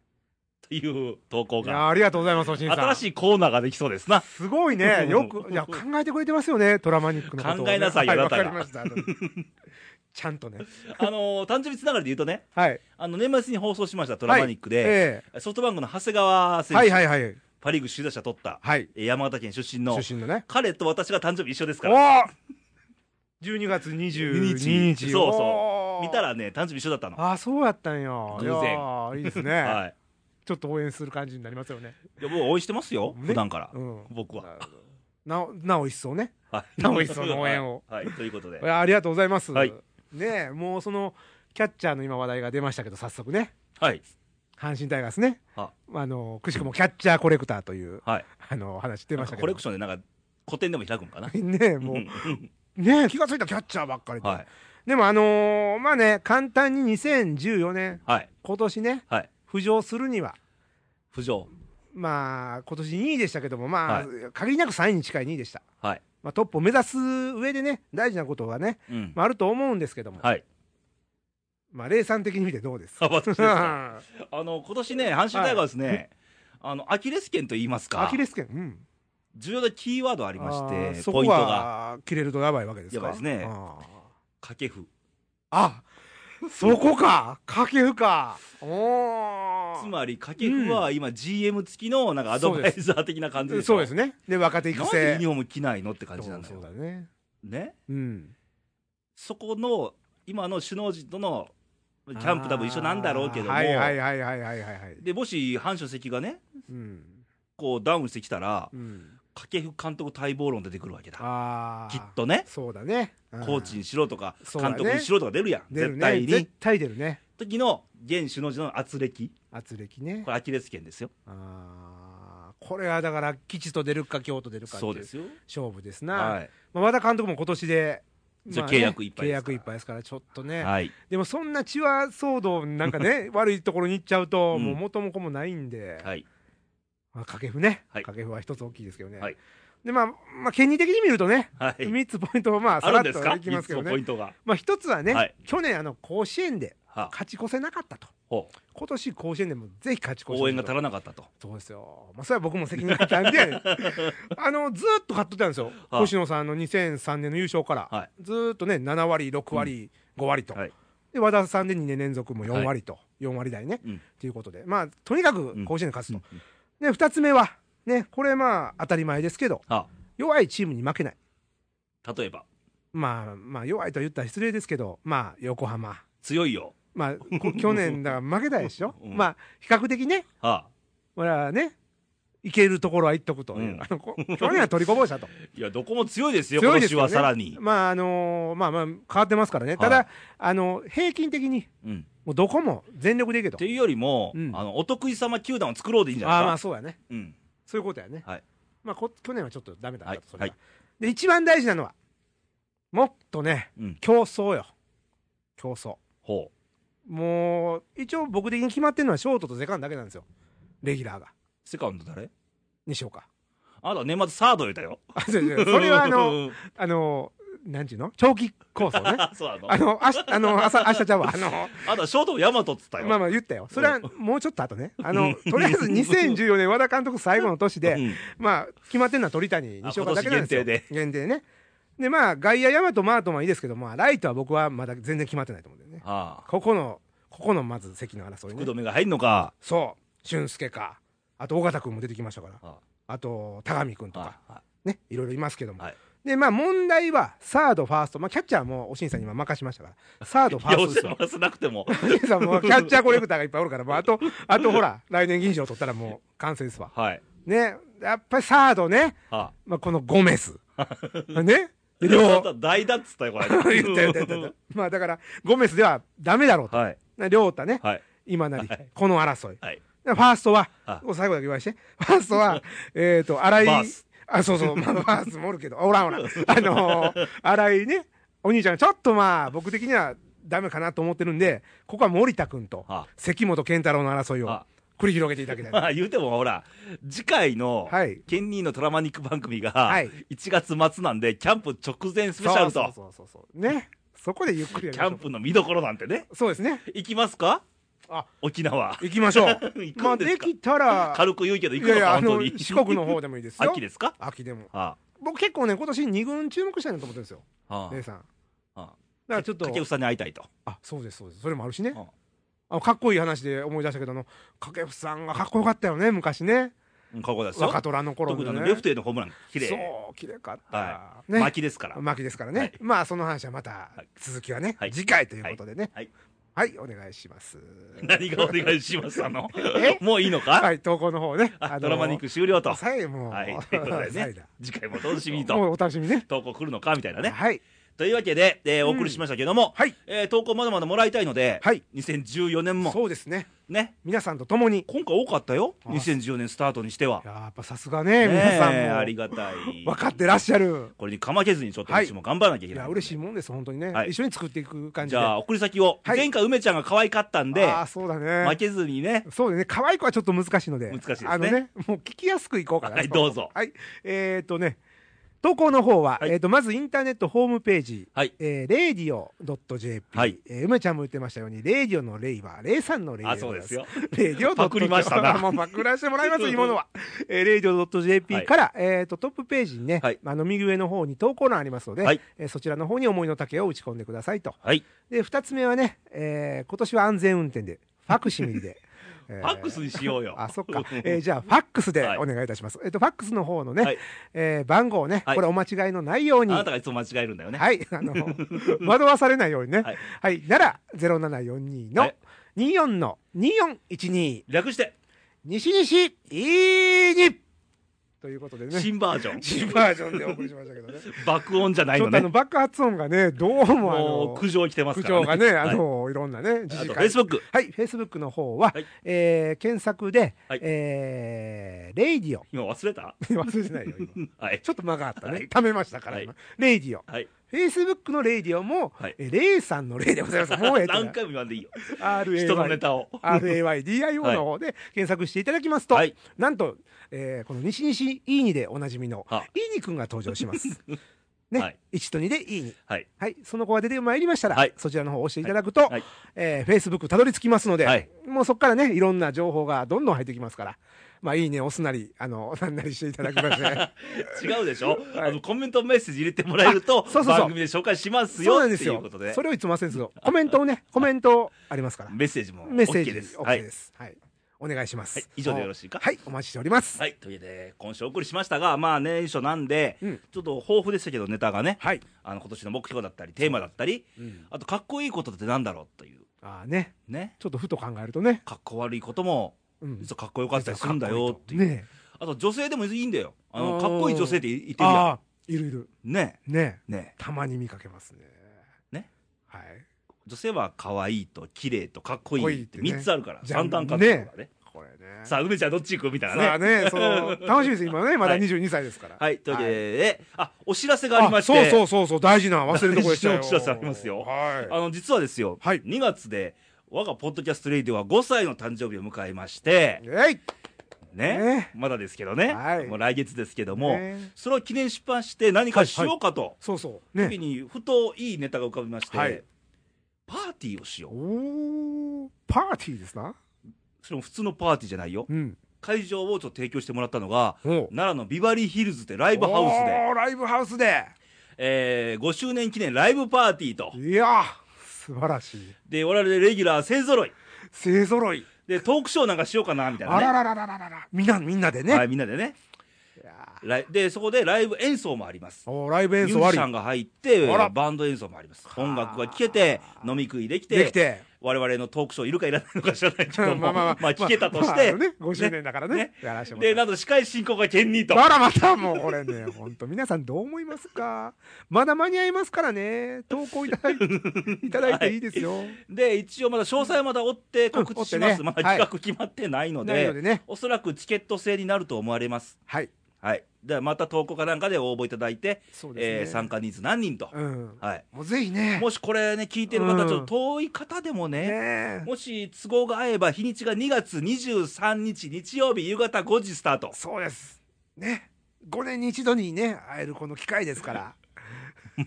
[SPEAKER 1] という投稿
[SPEAKER 2] いやー
[SPEAKER 1] が
[SPEAKER 2] ありがとうございます、おしんさん。
[SPEAKER 1] 新しいコーナーができそう ですな
[SPEAKER 2] すごい ね。よく、いや、考えてくれてますよね、トラマニックのことをね、
[SPEAKER 1] 考えなさいよ
[SPEAKER 2] は
[SPEAKER 1] あなたが
[SPEAKER 2] わかりました。あのちゃんとね。
[SPEAKER 1] あのー誕生日つながりで言うとね
[SPEAKER 2] はい。
[SPEAKER 1] あの年末に放送しましたトラマニックで、
[SPEAKER 2] え
[SPEAKER 1] ソフトバンクの長谷川
[SPEAKER 2] え
[SPEAKER 1] 選手、
[SPEAKER 2] はいはいはい。
[SPEAKER 1] パ・リーグ首位打者取った、
[SPEAKER 2] はい。
[SPEAKER 1] えー山形県出身の
[SPEAKER 2] 出身のね。
[SPEAKER 1] 彼と私が誕生日一緒です
[SPEAKER 2] お
[SPEAKER 1] から
[SPEAKER 2] お !12 月22日。
[SPEAKER 1] 日そう
[SPEAKER 2] お
[SPEAKER 1] そう
[SPEAKER 2] ー
[SPEAKER 1] 見た。らね誕生日一緒だったの
[SPEAKER 2] ああ、そうやったんよ。
[SPEAKER 1] 偶
[SPEAKER 2] い
[SPEAKER 1] 然
[SPEAKER 2] やーいいですね、
[SPEAKER 1] はい
[SPEAKER 2] ちょっと応援する感じになりますよね。
[SPEAKER 1] いや僕応援してますよ、
[SPEAKER 2] ね
[SPEAKER 1] 普段から、
[SPEAKER 2] うん。
[SPEAKER 1] 僕は。
[SPEAKER 2] なお、なお一層ね。
[SPEAKER 1] はい
[SPEAKER 2] なおいっその応援を
[SPEAKER 1] はい、はいということで
[SPEAKER 2] い、やありがとうございます。
[SPEAKER 1] はい
[SPEAKER 2] ねえ、もうその、キャッチャーの今話題が出ましたけど、早速ね。
[SPEAKER 1] はい、
[SPEAKER 2] 阪神タイガースね。
[SPEAKER 1] あ
[SPEAKER 2] あの、くしくもキャッチャーコレクターという、
[SPEAKER 1] はい、
[SPEAKER 2] あの、話出ましたけど。
[SPEAKER 1] コレクションでなんか、個展でも開くんかな、
[SPEAKER 2] ねえ、もう、ねえ、気がついたらキャッチャーばっかりで。
[SPEAKER 1] はい、
[SPEAKER 2] でもあのーまあね、簡単に2014年、
[SPEAKER 1] はい、
[SPEAKER 2] 今年ね、
[SPEAKER 1] はい、
[SPEAKER 2] 浮上するには、
[SPEAKER 1] 浮上、
[SPEAKER 2] まあ、今年2位でしたけども、ま
[SPEAKER 1] は
[SPEAKER 2] あ、限りなく3位に近い2位でした。
[SPEAKER 1] はい。
[SPEAKER 2] まあ、トップを目指す上でね、大事なことがね、
[SPEAKER 1] うん。
[SPEAKER 2] まあ、あると思うんですけども、
[SPEAKER 1] はい。
[SPEAKER 2] まあ、レイさん的に見てどうです
[SPEAKER 1] あ、私ですか。
[SPEAKER 2] か
[SPEAKER 1] あの、今年ね、阪神タイガースね、あの、アキレス腱と言いますか。
[SPEAKER 2] アキレス腱、うん。
[SPEAKER 1] 重要なキーワードありまし
[SPEAKER 2] あー
[SPEAKER 1] て、
[SPEAKER 2] そ
[SPEAKER 1] ポ
[SPEAKER 2] こ
[SPEAKER 1] イントが。
[SPEAKER 2] が切れるとやばいわけです
[SPEAKER 1] や
[SPEAKER 2] か
[SPEAKER 1] ばいですね
[SPEAKER 2] あー
[SPEAKER 1] 掛布。
[SPEAKER 2] あそこか掛布かおー
[SPEAKER 1] つまり、掛布は今 GM 付きの、なんかアドバイザー的な感じでしょ
[SPEAKER 2] そうですねで若手
[SPEAKER 1] な
[SPEAKER 2] 育
[SPEAKER 1] んでユ
[SPEAKER 2] 成
[SPEAKER 1] ニフォーム着ないのって感じ
[SPEAKER 2] そ
[SPEAKER 1] な
[SPEAKER 2] う
[SPEAKER 1] の
[SPEAKER 2] そうだ
[SPEAKER 1] よ。
[SPEAKER 2] ね
[SPEAKER 1] ね。
[SPEAKER 2] うん
[SPEAKER 1] そこの、今の首脳陣とのキャンプ多分一緒なんだろうけども、
[SPEAKER 2] あーはいはいはいはいはいはいはい
[SPEAKER 1] で、もし、阪主席がね、
[SPEAKER 2] うん、
[SPEAKER 1] こうダウンしてきたら
[SPEAKER 2] う、ん、
[SPEAKER 1] 掛布監督待望論出てくるわけだ。
[SPEAKER 2] ああ
[SPEAKER 1] きっとね。
[SPEAKER 2] そうだね、うん
[SPEAKER 1] コーチにしろとか、
[SPEAKER 2] そうだ
[SPEAKER 1] 監
[SPEAKER 2] ね
[SPEAKER 1] 督にしろとか出るやん。
[SPEAKER 2] 出る
[SPEAKER 1] 絶
[SPEAKER 2] ね
[SPEAKER 1] 対に
[SPEAKER 2] 絶。対出るね
[SPEAKER 1] 時の、現首脳陣の圧力。
[SPEAKER 2] 圧力ね
[SPEAKER 1] これアキレス腱ですよ。
[SPEAKER 2] あーこれはだから吉と出るか京と出るかってい
[SPEAKER 1] そうで
[SPEAKER 2] う
[SPEAKER 1] すよ。
[SPEAKER 2] 勝負ですな、
[SPEAKER 1] は
[SPEAKER 2] まあ、和田監督も今年で、
[SPEAKER 1] じゃあ
[SPEAKER 2] まね
[SPEAKER 1] 契約いっぱい
[SPEAKER 2] 契
[SPEAKER 1] ですか
[SPEAKER 2] 約
[SPEAKER 1] ら
[SPEAKER 2] いっぱいですから、ちょっと
[SPEAKER 1] い。
[SPEAKER 2] ね、
[SPEAKER 1] はい。
[SPEAKER 2] でもそんな血は騒動、なん かね、悪いところに行っちゃうと、
[SPEAKER 1] うん
[SPEAKER 2] もう元も子もないんで、
[SPEAKER 1] はい。
[SPEAKER 2] まあ、掛布ね、
[SPEAKER 1] はい
[SPEAKER 2] 掛布は一つ大きいですけどね、
[SPEAKER 1] はい
[SPEAKER 2] でまあ、まあ、権利的に見るとね、
[SPEAKER 1] はい。
[SPEAKER 2] 3つポイントはまあ、
[SPEAKER 1] あ
[SPEAKER 2] さ
[SPEAKER 1] る
[SPEAKER 2] ら
[SPEAKER 1] ん
[SPEAKER 2] っ
[SPEAKER 1] です
[SPEAKER 2] と
[SPEAKER 1] か
[SPEAKER 2] いきますけど
[SPEAKER 1] 三つのポイ
[SPEAKER 2] ね、
[SPEAKER 1] ントが。
[SPEAKER 2] まあ、一つはね、
[SPEAKER 1] はい
[SPEAKER 2] 去年、あの甲子園で
[SPEAKER 1] は
[SPEAKER 2] 勝ち越せなかったと。
[SPEAKER 1] ほう
[SPEAKER 2] 今年甲子園でもぜひ勝ち越して
[SPEAKER 1] 応援が足
[SPEAKER 2] ら
[SPEAKER 1] らなかったと。
[SPEAKER 2] そうですよ、まあ、それは僕も責任があった んであのずーっと勝っとったんですよ、
[SPEAKER 1] はい
[SPEAKER 2] 星野さんの2003年の優勝から、
[SPEAKER 1] はい
[SPEAKER 2] ずーっとね7割6割、5割と、
[SPEAKER 1] はい
[SPEAKER 2] で和田さんで2年連続も4割と、4割台ね、
[SPEAKER 1] うん
[SPEAKER 2] ということで、まあ、とにかく甲子園で勝つと、
[SPEAKER 1] うん
[SPEAKER 2] で2つ目は、ね、これまあ当たり前ですけど
[SPEAKER 1] は
[SPEAKER 2] 弱いチームに負けない、
[SPEAKER 1] あ例えば、
[SPEAKER 2] まあ、まあ弱いと言ったら失礼ですけど、まあ、横浜、
[SPEAKER 1] 強いよ。
[SPEAKER 2] まあ、 こ去年だから負けたでしょ、
[SPEAKER 1] うん
[SPEAKER 2] まあ、比較的ね
[SPEAKER 1] は
[SPEAKER 2] 俺はねいけるところは行っとくという、
[SPEAKER 1] うん
[SPEAKER 2] あのこ去年は取りこ ぼしたと
[SPEAKER 1] いや、どこも強いですよ、
[SPEAKER 2] 強
[SPEAKER 1] 今
[SPEAKER 2] いで
[SPEAKER 1] 年
[SPEAKER 2] すよ、
[SPEAKER 1] は
[SPEAKER 2] ね、
[SPEAKER 1] さらに。
[SPEAKER 2] まああのーまあまあ変わってますからね、
[SPEAKER 1] い
[SPEAKER 2] ただあの平均的に
[SPEAKER 1] うん
[SPEAKER 2] もうどこも全力でいけ
[SPEAKER 1] っ
[SPEAKER 2] と
[SPEAKER 1] ていうよりも、
[SPEAKER 2] うん
[SPEAKER 1] あのお得意様球団を作ろうでいいんじゃ
[SPEAKER 2] ああま
[SPEAKER 1] ない
[SPEAKER 2] あ
[SPEAKER 1] ですか。
[SPEAKER 2] そうやね
[SPEAKER 1] うん
[SPEAKER 2] そういうことやね、
[SPEAKER 1] はい
[SPEAKER 2] まあ、こ去年はちょっとダメだった
[SPEAKER 1] は
[SPEAKER 2] と、
[SPEAKER 1] い
[SPEAKER 2] それ
[SPEAKER 1] は
[SPEAKER 2] は
[SPEAKER 1] い
[SPEAKER 2] で一番大事なのはもっとね
[SPEAKER 1] うん
[SPEAKER 2] 競争よ競争
[SPEAKER 1] ほう。
[SPEAKER 2] もう一応僕的に決まってるのはショートとセカンドだけなんですよレギュラーが
[SPEAKER 1] セカンド誰
[SPEAKER 2] にしようか
[SPEAKER 1] あなた年末サード言うたよ。、
[SPEAKER 2] あそうそうそれはあの あのなんちゅうの長期構想ね
[SPEAKER 1] そうなの
[SPEAKER 2] あの、あし、あの、朝、明日ちゃうわ。あの、
[SPEAKER 1] あなたショートをヤマトっつったよ。
[SPEAKER 2] まあまあ言ったよ。それはもうちょっと後ね。あの、とりあえず2014年和田監督最後の年
[SPEAKER 1] う
[SPEAKER 2] で、
[SPEAKER 1] ん
[SPEAKER 2] まあ、決まってんのは鳥谷、西岡だけなんですよ。
[SPEAKER 1] あ今年限
[SPEAKER 2] 限定ね。で、まあ、外野、大和、マートもいいですけど、まあ、ライトは僕はまだ全然決まってないと思うんだよね。
[SPEAKER 1] はあ。
[SPEAKER 2] ここの、ここのまず席の争い
[SPEAKER 1] 福
[SPEAKER 2] ね。
[SPEAKER 1] 留が入んのか。
[SPEAKER 2] そう、俊介か。あと、尾形君も出てきましたから。
[SPEAKER 1] は
[SPEAKER 2] あと、田上君
[SPEAKER 1] あ
[SPEAKER 2] と
[SPEAKER 1] は
[SPEAKER 2] か、
[SPEAKER 1] あは
[SPEAKER 2] ね、いろいろいますけども。
[SPEAKER 1] はい
[SPEAKER 2] で、まあ、問題は、サード、ファースト。まあ、キャッチャーもおしんさんに今任しましたから。サード、フ
[SPEAKER 1] あ。
[SPEAKER 2] ァー
[SPEAKER 1] いや、
[SPEAKER 2] ストですよ
[SPEAKER 1] お。世話さなくても。
[SPEAKER 2] おじさんもキャッチャーコレクターがいっぱいおるから、もうあと、あとほら、来年銀賞取ったらもう完成です わ。
[SPEAKER 1] はい。
[SPEAKER 2] ね、やっぱりサードね、
[SPEAKER 1] は
[SPEAKER 2] まあ、このゴメス。 ね、
[SPEAKER 1] あ。
[SPEAKER 2] 両
[SPEAKER 1] あな、た代打っつったよ、これ。
[SPEAKER 2] 言った言った言った言った。まあだから、ゴメスではダメだろうと。
[SPEAKER 1] はい。
[SPEAKER 2] な両太ね、
[SPEAKER 1] はい。
[SPEAKER 2] 今なり
[SPEAKER 1] はい、
[SPEAKER 2] この争い。
[SPEAKER 1] はい。
[SPEAKER 2] ファーストは
[SPEAKER 1] は、
[SPEAKER 2] お最後だけ言わして。ファース トは、えっと、荒井
[SPEAKER 1] バース。
[SPEAKER 2] あ、そうそう、まあ、バースもおるけど、おらんおらん。 あのー、荒井ね、お兄ちゃん、ちょっとまあ、僕的にはダメかなと思ってるんで、ここは森田君と
[SPEAKER 1] はあ、
[SPEAKER 2] 関本健太郎の争いを
[SPEAKER 1] はあ
[SPEAKER 2] 繰り広げていただきたい。
[SPEAKER 1] まあ 言うてもほら、次回の、
[SPEAKER 2] はい
[SPEAKER 1] ケンニーのトラマニック番組が、
[SPEAKER 2] はい
[SPEAKER 1] 1月末なんで、キャンプ直前スペシャルと、
[SPEAKER 2] そうそうそうそう。ね。そこでゆっくりや
[SPEAKER 1] キ
[SPEAKER 2] りま
[SPEAKER 1] ャ
[SPEAKER 2] しょ
[SPEAKER 1] ン
[SPEAKER 2] う
[SPEAKER 1] プの見どころなんてね、
[SPEAKER 2] そうですね。
[SPEAKER 1] 行きますか
[SPEAKER 2] あ
[SPEAKER 1] 沖縄。
[SPEAKER 2] 行きましょう。
[SPEAKER 1] 行
[SPEAKER 2] ま
[SPEAKER 1] く
[SPEAKER 2] あ、
[SPEAKER 1] んです
[SPEAKER 2] で
[SPEAKER 1] か
[SPEAKER 2] きたら、
[SPEAKER 1] 軽く言うけど行
[SPEAKER 2] い
[SPEAKER 1] くの
[SPEAKER 2] やい
[SPEAKER 1] か、
[SPEAKER 2] や、あ
[SPEAKER 1] 本当
[SPEAKER 2] の、
[SPEAKER 1] に。
[SPEAKER 2] 四国の方でもいいですよ。
[SPEAKER 1] 秋ですか
[SPEAKER 2] 秋でも。
[SPEAKER 1] は
[SPEAKER 2] 僕結構ね、今年2軍注目したいなと思ってるんですよ。
[SPEAKER 1] あ、は
[SPEAKER 2] 姉さん。だ
[SPEAKER 1] あ、はあ。
[SPEAKER 2] からちょっと
[SPEAKER 1] 掛。布さんに会いたいと。
[SPEAKER 2] あそうですそうですそれもあるしね
[SPEAKER 1] うん
[SPEAKER 2] あのかっこいい話で思い出したけどあの掛布さんがかっこよかったよね昔ね
[SPEAKER 1] うん、ここですよ。
[SPEAKER 2] 若虎の頃
[SPEAKER 1] 特にあ
[SPEAKER 2] ね
[SPEAKER 1] のレフトへのホームラン、綺麗。
[SPEAKER 2] そう綺麗かった、
[SPEAKER 1] は
[SPEAKER 2] ね
[SPEAKER 1] 巻きですから。
[SPEAKER 2] 巻きですからね、
[SPEAKER 1] はい
[SPEAKER 2] まあその話はまた
[SPEAKER 1] はい
[SPEAKER 2] 続きはね、
[SPEAKER 1] はい
[SPEAKER 2] 次回ということでね
[SPEAKER 1] はい
[SPEAKER 2] はい、お願いします
[SPEAKER 1] 何がお願いしますあの
[SPEAKER 2] え、
[SPEAKER 1] もういいのか、
[SPEAKER 2] はい投稿の方ね
[SPEAKER 1] あドラマに行
[SPEAKER 2] く
[SPEAKER 1] く終了と。
[SPEAKER 2] さえもう
[SPEAKER 1] はい、ということで
[SPEAKER 2] さえ
[SPEAKER 1] ね
[SPEAKER 2] だ、
[SPEAKER 1] 次回もお楽しみに
[SPEAKER 2] も
[SPEAKER 1] と、
[SPEAKER 2] うお楽しみね
[SPEAKER 1] 投稿来るのかみたいなね。
[SPEAKER 2] はい
[SPEAKER 1] というわけで、えー
[SPEAKER 2] うん
[SPEAKER 1] お送りしましたけども、
[SPEAKER 2] はい
[SPEAKER 1] えー投稿まだまだもらいたいので、
[SPEAKER 2] はい
[SPEAKER 1] 2014年も
[SPEAKER 2] そうですね
[SPEAKER 1] ね
[SPEAKER 2] 皆さんと共に
[SPEAKER 1] 今回多かったよ
[SPEAKER 2] あ
[SPEAKER 1] 2014年スタートにしては、
[SPEAKER 2] やっぱさすがね
[SPEAKER 1] ね
[SPEAKER 2] 皆さん
[SPEAKER 1] えあり
[SPEAKER 2] も
[SPEAKER 1] がたい
[SPEAKER 2] 分かってらっしゃる
[SPEAKER 1] これにかまけずにちょっと
[SPEAKER 2] はい
[SPEAKER 1] 私も頑張らなきゃい
[SPEAKER 2] い
[SPEAKER 1] けない,、
[SPEAKER 2] や嬉しいもんです本当にね、
[SPEAKER 1] はい
[SPEAKER 2] 一緒に作っていく感
[SPEAKER 1] じ
[SPEAKER 2] じで
[SPEAKER 1] ゃあ送り先を、
[SPEAKER 2] はい
[SPEAKER 1] 前回梅ちゃんが可愛かったんで
[SPEAKER 2] あーそうだね
[SPEAKER 1] 負けずにね
[SPEAKER 2] そうですね可愛い子はちょっと難しいので
[SPEAKER 1] 難しいですね
[SPEAKER 2] あのねもう聞きやすくいこうかな
[SPEAKER 1] はいどうぞ
[SPEAKER 2] はいえっ、とね投稿の方は、
[SPEAKER 1] はい
[SPEAKER 2] えー、とまずインターネットホームページ、
[SPEAKER 1] はい
[SPEAKER 2] えー、radio.jp、
[SPEAKER 1] はい
[SPEAKER 2] えー梅ちゃんも言ってましたように、レイディオのレイは、レイさんのレイ
[SPEAKER 1] あそうです。よ
[SPEAKER 2] レイディオ
[SPEAKER 1] パクりましたな
[SPEAKER 2] もうパクらしてもらい ます、今のは。えー、レイディオ .jp から、えっ、と、トップページにね、
[SPEAKER 1] はい
[SPEAKER 2] あの右上の方に投稿欄ありますので、
[SPEAKER 1] はい
[SPEAKER 2] えーそちらの方に思いの丈を打ち込んでくださいと。
[SPEAKER 1] はい
[SPEAKER 2] で、二つ目はね、えー今年は安全運転で、ファクシミリ で。えー
[SPEAKER 1] ファックスにしようよ
[SPEAKER 2] あ、そっ か。えーじゃあ、ファックスで
[SPEAKER 1] はい
[SPEAKER 2] お願いいたします。えっと、ファックスの方のね、
[SPEAKER 1] はい
[SPEAKER 2] えー番号をね、
[SPEAKER 1] はい
[SPEAKER 2] これお間違いのないよう
[SPEAKER 1] あ
[SPEAKER 2] に。
[SPEAKER 1] なたがいつも間違えるんだよね
[SPEAKER 2] はい、あの、惑わされないようにね。は
[SPEAKER 1] はいい。
[SPEAKER 2] なら、0742
[SPEAKER 1] は
[SPEAKER 2] の
[SPEAKER 1] い
[SPEAKER 2] 24の2412、
[SPEAKER 1] 略して
[SPEAKER 2] 西西いいにということでね。
[SPEAKER 1] 新バージョン
[SPEAKER 2] 新バージョンでお送りしましたけ どね。
[SPEAKER 1] 爆音じゃない
[SPEAKER 2] ちょ
[SPEAKER 1] の
[SPEAKER 2] っとあ
[SPEAKER 1] ね
[SPEAKER 2] の、爆発音がね、どうもあ
[SPEAKER 1] も
[SPEAKER 2] の
[SPEAKER 1] う、苦情来てます
[SPEAKER 2] 苦
[SPEAKER 1] から
[SPEAKER 2] 情
[SPEAKER 1] ね
[SPEAKER 2] がね、あの、い、ろんなね、自
[SPEAKER 1] はい、あ
[SPEAKER 2] 治
[SPEAKER 1] とフェ
[SPEAKER 2] 会
[SPEAKER 1] イスブック
[SPEAKER 2] はい、フェイスブックの方は、
[SPEAKER 1] はい
[SPEAKER 2] えー検索で、
[SPEAKER 1] はい
[SPEAKER 2] えーレイディオ。
[SPEAKER 1] 今忘れた
[SPEAKER 2] 忘れてないよ、今。
[SPEAKER 1] はい
[SPEAKER 2] ちょっと間があったね。
[SPEAKER 1] はい
[SPEAKER 2] 溜めましたから、今。レイディオ。
[SPEAKER 1] はい
[SPEAKER 2] フェイスブックのレイディオも、
[SPEAKER 1] はい
[SPEAKER 2] えーレイさんのレイでござい ます。もうええと
[SPEAKER 1] 何回も言わんでいいよ
[SPEAKER 2] RAY
[SPEAKER 1] 人のネタを
[SPEAKER 2] RAYDIO の方で検索していただきますと、
[SPEAKER 1] はい
[SPEAKER 2] なんと、えーこの西西いいにでおなじみの
[SPEAKER 1] はい
[SPEAKER 2] いにくんが登場 します。ね、
[SPEAKER 1] はい
[SPEAKER 2] 1と2でいいに。
[SPEAKER 1] はい
[SPEAKER 2] はい、その子が出てまいりましたら、
[SPEAKER 1] はい
[SPEAKER 2] そちらの方を押していただくと、
[SPEAKER 1] はい
[SPEAKER 2] えー、Facebook たどり着きますので、
[SPEAKER 1] はい
[SPEAKER 2] もうそこからね、いろんな情報がどんどん入ってきますから、まあ、いいね、押すなり、あの、なんなりしていただきま して、
[SPEAKER 1] 違うでしょ、
[SPEAKER 2] はい
[SPEAKER 1] あのコメントメッセージ入れてもらえると
[SPEAKER 2] あそうそうそう
[SPEAKER 1] 番組で紹介します
[SPEAKER 2] そう
[SPEAKER 1] よ
[SPEAKER 2] なん
[SPEAKER 1] っ
[SPEAKER 2] で
[SPEAKER 1] て
[SPEAKER 2] す
[SPEAKER 1] いう
[SPEAKER 2] よ
[SPEAKER 1] ことで
[SPEAKER 2] それをいつも忘れんですけど、コメントをね、コメントありますから、
[SPEAKER 1] メッセージも
[SPEAKER 2] メッセー
[SPEAKER 1] OK
[SPEAKER 2] ジ
[SPEAKER 1] です。は
[SPEAKER 2] OK
[SPEAKER 1] い
[SPEAKER 2] で、す。はい、お願いします、
[SPEAKER 1] はい以上でよろしいか
[SPEAKER 2] はい、お待ちしております。
[SPEAKER 1] はい、というわけで今週お送りしましたがまあ年初なんで、
[SPEAKER 2] うん
[SPEAKER 1] ちょっと豊富でしたけどネタがね、
[SPEAKER 2] はい。
[SPEAKER 1] あの今年の目標だったりテーマだったり、
[SPEAKER 2] うん
[SPEAKER 1] あとかっこいいことってなんだろうという
[SPEAKER 2] ああね、
[SPEAKER 1] ね
[SPEAKER 2] ちょっとふと考えるとね。
[SPEAKER 1] かっこ悪いことも
[SPEAKER 2] うん
[SPEAKER 1] 実はかっこよかったりするんだよっていう、
[SPEAKER 2] ね
[SPEAKER 1] あと女性でもいいんだよあ
[SPEAKER 2] あ
[SPEAKER 1] の
[SPEAKER 2] ー
[SPEAKER 1] かっこいい女性って言っ
[SPEAKER 2] え
[SPEAKER 1] てるや
[SPEAKER 2] ああ、いるいる。
[SPEAKER 1] んね
[SPEAKER 2] ねえ
[SPEAKER 1] ね
[SPEAKER 2] たまに見かけますね。
[SPEAKER 1] ね。
[SPEAKER 2] はい。
[SPEAKER 1] 女性は可愛いと綺麗とかっこい
[SPEAKER 2] かっこい
[SPEAKER 1] い
[SPEAKER 2] いっ
[SPEAKER 1] ってて
[SPEAKER 2] ね
[SPEAKER 1] 3つあるから
[SPEAKER 2] じゃん
[SPEAKER 1] 三段活動だからね
[SPEAKER 2] これね。
[SPEAKER 1] さあ梅ちゃんどっち行くみたいなね
[SPEAKER 2] さあね、その、楽しみです。今ね、まだ
[SPEAKER 1] はい
[SPEAKER 2] 22歳ですから。
[SPEAKER 1] はい、というわけ
[SPEAKER 2] はい
[SPEAKER 1] で、えあ、お知らせがありまして、
[SPEAKER 2] そうそうそうそう、大事な忘れるとこ でしたよ。
[SPEAKER 1] 大事なお知らせありますよ
[SPEAKER 2] は
[SPEAKER 1] あの、実はですよ、
[SPEAKER 2] はい
[SPEAKER 1] 2月で、我がポッドキャストレイディオは5歳の誕生日を迎えまして
[SPEAKER 2] い。、えい
[SPEAKER 1] ね、
[SPEAKER 2] ね
[SPEAKER 1] まだですけどね、
[SPEAKER 2] はい
[SPEAKER 1] もう来月ですけども、
[SPEAKER 2] ね
[SPEAKER 1] それを記念出版して何かしようかと、
[SPEAKER 2] そうそう。ね
[SPEAKER 1] 時。にふといいネタが浮かびまして、
[SPEAKER 2] はい
[SPEAKER 1] パーティーをしよう。
[SPEAKER 2] おー、パーティーですな。
[SPEAKER 1] それも普通のパーティーじゃないよ。
[SPEAKER 2] うん。
[SPEAKER 1] 会場をちょっと提供してもらったのが、
[SPEAKER 2] おう
[SPEAKER 1] 奈良のビバリーヒルズでライブハウスで、
[SPEAKER 2] おーライブハウスで。
[SPEAKER 1] えー5周年記念ライブパーティーと、
[SPEAKER 2] いやー、素晴らしい。
[SPEAKER 1] で、我々レギュラー勢揃い。
[SPEAKER 2] 勢揃い。
[SPEAKER 1] で、トークショーなんかしようかな、みたいな
[SPEAKER 2] あ
[SPEAKER 1] ね。
[SPEAKER 2] ららららららら。みんな、みんなでね。
[SPEAKER 1] はい、みんなでね。
[SPEAKER 2] いや
[SPEAKER 1] ライで、そこでライブ演奏もあります。
[SPEAKER 2] ーおーライブ
[SPEAKER 1] ミュ
[SPEAKER 2] 演
[SPEAKER 1] ージ
[SPEAKER 2] 奏あり
[SPEAKER 1] シャ。ンが入って
[SPEAKER 2] あら、
[SPEAKER 1] バンド演奏もあります。
[SPEAKER 2] ー
[SPEAKER 1] 音楽が聴けて、飲み食いできて、
[SPEAKER 2] できて。
[SPEAKER 1] 我々のトークショーいるかいらないのか知らないけども、
[SPEAKER 2] まあまあまあ
[SPEAKER 1] 聞けたとし
[SPEAKER 2] まあ
[SPEAKER 1] て、
[SPEAKER 2] あのね、5周年だからね。
[SPEAKER 1] ね
[SPEAKER 2] やらしてもら
[SPEAKER 1] で、
[SPEAKER 2] った
[SPEAKER 1] なんと司会進行が兼任と。
[SPEAKER 2] あらまたもうこれね、ほんと皆さんどう思いますかまだ間に合いますからね、投稿 いただいいただいていいですよ。
[SPEAKER 1] で、一応まだ詳細はまだ追って告知します。
[SPEAKER 2] うん追
[SPEAKER 1] ま
[SPEAKER 2] っ
[SPEAKER 1] だ
[SPEAKER 2] てねは
[SPEAKER 1] 企
[SPEAKER 2] い
[SPEAKER 1] 画決まってないの
[SPEAKER 2] ないので
[SPEAKER 1] で、
[SPEAKER 2] ね、
[SPEAKER 1] おそらくチケット制になると思われます。
[SPEAKER 2] はい、
[SPEAKER 1] はい。で、また投稿かなんかで応募いただいて、
[SPEAKER 2] そうですね。
[SPEAKER 1] えー参加人数何人と。
[SPEAKER 2] うん。
[SPEAKER 1] はい。
[SPEAKER 2] もうぜひ ね、
[SPEAKER 1] もしこれね、聞いてる方、
[SPEAKER 2] うん
[SPEAKER 1] ちょっと遠い方でもね、
[SPEAKER 2] ね
[SPEAKER 1] もし都合が合えば、日にちが2月23日日曜日夕方5時スタート。
[SPEAKER 2] そうです。ね、5年に一度にね、会えるこの機会です から。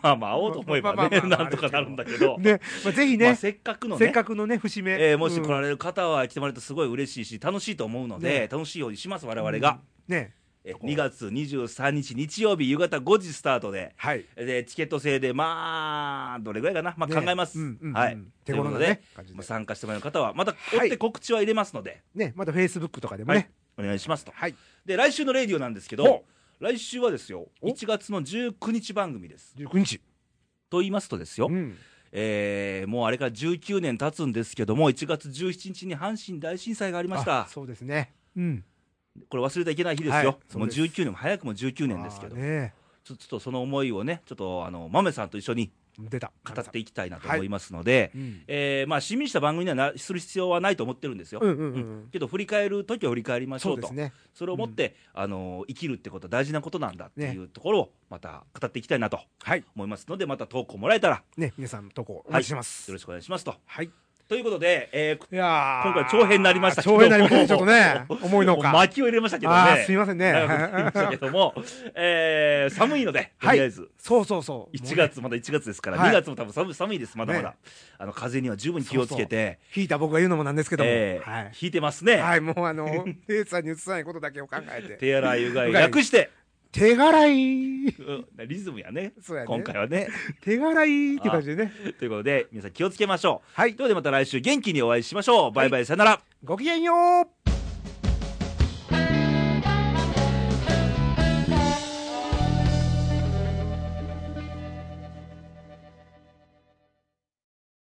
[SPEAKER 1] まあまあ、会おうと思えば
[SPEAKER 2] まあま
[SPEAKER 1] ね、
[SPEAKER 2] あまあま あ
[SPEAKER 1] なんとかなるんだけど、
[SPEAKER 2] ね、まあ、ぜひ
[SPEAKER 1] まあ
[SPEAKER 2] ね、
[SPEAKER 1] せっかくの
[SPEAKER 2] せっ
[SPEAKER 1] ね、
[SPEAKER 2] かくのね、節目。
[SPEAKER 1] えーもし来
[SPEAKER 2] れ
[SPEAKER 1] られる方は来てもらえるとすごい嬉しいし、楽しいと思うので、
[SPEAKER 2] ね
[SPEAKER 1] 楽しいようにします、我々が。
[SPEAKER 2] ね、
[SPEAKER 1] えー2月23日日曜日夕方5時スタートで、
[SPEAKER 2] はい。
[SPEAKER 1] でチケット制で、まあ、どれぐらいかな、まあ、
[SPEAKER 2] ね
[SPEAKER 1] 考えます。
[SPEAKER 2] うんうんうん
[SPEAKER 1] はい。
[SPEAKER 2] 手頃なね
[SPEAKER 1] ということ
[SPEAKER 2] 感じ
[SPEAKER 1] で、
[SPEAKER 2] で
[SPEAKER 1] まあ参加してもらえる方は、また
[SPEAKER 2] は
[SPEAKER 1] 追っ
[SPEAKER 2] い
[SPEAKER 1] て告知は入れますので、
[SPEAKER 2] ね、まだフェイスブックとかでも
[SPEAKER 1] はい
[SPEAKER 2] ね。、
[SPEAKER 1] お願いしますと。
[SPEAKER 2] はい。
[SPEAKER 1] で来週のレイディオなんですけど
[SPEAKER 2] ほ
[SPEAKER 1] 来週はですよ
[SPEAKER 2] お
[SPEAKER 1] 1月の19日番組です
[SPEAKER 2] 19日。
[SPEAKER 1] と言いますとですよ、
[SPEAKER 2] うん。
[SPEAKER 1] えーもうあれから19年経つんですけども1月17日に阪神大震災がありました
[SPEAKER 2] あそうですね。うん。こ
[SPEAKER 1] これ忘れてはいけない日ですよ、
[SPEAKER 2] はいそ
[SPEAKER 1] も
[SPEAKER 2] う
[SPEAKER 1] う
[SPEAKER 2] です
[SPEAKER 1] 19年も早くも19年ですけど、
[SPEAKER 2] ね。
[SPEAKER 1] ちょちょっとその思いをねちょっとあの豆さんと一緒に
[SPEAKER 2] 出た
[SPEAKER 1] 語っていきたいなと思いますので、
[SPEAKER 2] うん
[SPEAKER 1] えーまあ、しんみりした番組にはなする必要はないと思ってるんですよ。
[SPEAKER 2] うんうんうん
[SPEAKER 1] けど振り返る時は振り返りまし
[SPEAKER 2] そ
[SPEAKER 1] ょう
[SPEAKER 2] うで
[SPEAKER 1] と
[SPEAKER 2] すね
[SPEAKER 1] それをもって、あのー生きるってことは大事なことなんだって
[SPEAKER 2] ね
[SPEAKER 1] いうところをまた語っていきたいなと
[SPEAKER 2] はい
[SPEAKER 1] 思いますので、また投稿もらえたら
[SPEAKER 2] ね皆さん投稿お待ちしてます
[SPEAKER 1] よろ
[SPEAKER 2] はい、
[SPEAKER 1] しくお願いしますと。ということで、えー
[SPEAKER 2] いやー
[SPEAKER 1] 今回長編になりましたけど
[SPEAKER 2] 長編になりましたねちょっ とね重いの
[SPEAKER 1] もう
[SPEAKER 2] か
[SPEAKER 1] 巻きを入れましたけどね。
[SPEAKER 2] あーすいませんね
[SPEAKER 1] 長くなりましたけども、えー寒いので、とりあえず、
[SPEAKER 2] そうそうそう
[SPEAKER 1] 1
[SPEAKER 2] も
[SPEAKER 1] 月、ま
[SPEAKER 2] うね
[SPEAKER 1] だ1月ですから、
[SPEAKER 2] はい
[SPEAKER 1] 2月も多分寒い寒いです、まだまだ、
[SPEAKER 2] ね
[SPEAKER 1] あの風には十分気をつけて、
[SPEAKER 2] 引いた僕が言うのもなんですけども、
[SPEAKER 1] えー
[SPEAKER 2] はい、
[SPEAKER 1] 引いてますね、
[SPEAKER 2] はい、もうあの A さんに移さないことだけを考えて
[SPEAKER 1] 手洗い、うがい、
[SPEAKER 2] うがい
[SPEAKER 1] 略して、
[SPEAKER 2] 手洗い
[SPEAKER 1] うんリズムやね、
[SPEAKER 2] そうやね
[SPEAKER 1] 今回はね。
[SPEAKER 2] 手洗いっていう感じでね
[SPEAKER 1] ということで、皆さん気をつけましょう。
[SPEAKER 2] はい
[SPEAKER 1] ということで、また来週元気にお会いしましょう。バイバイ、さよなら。
[SPEAKER 2] ごきげんよう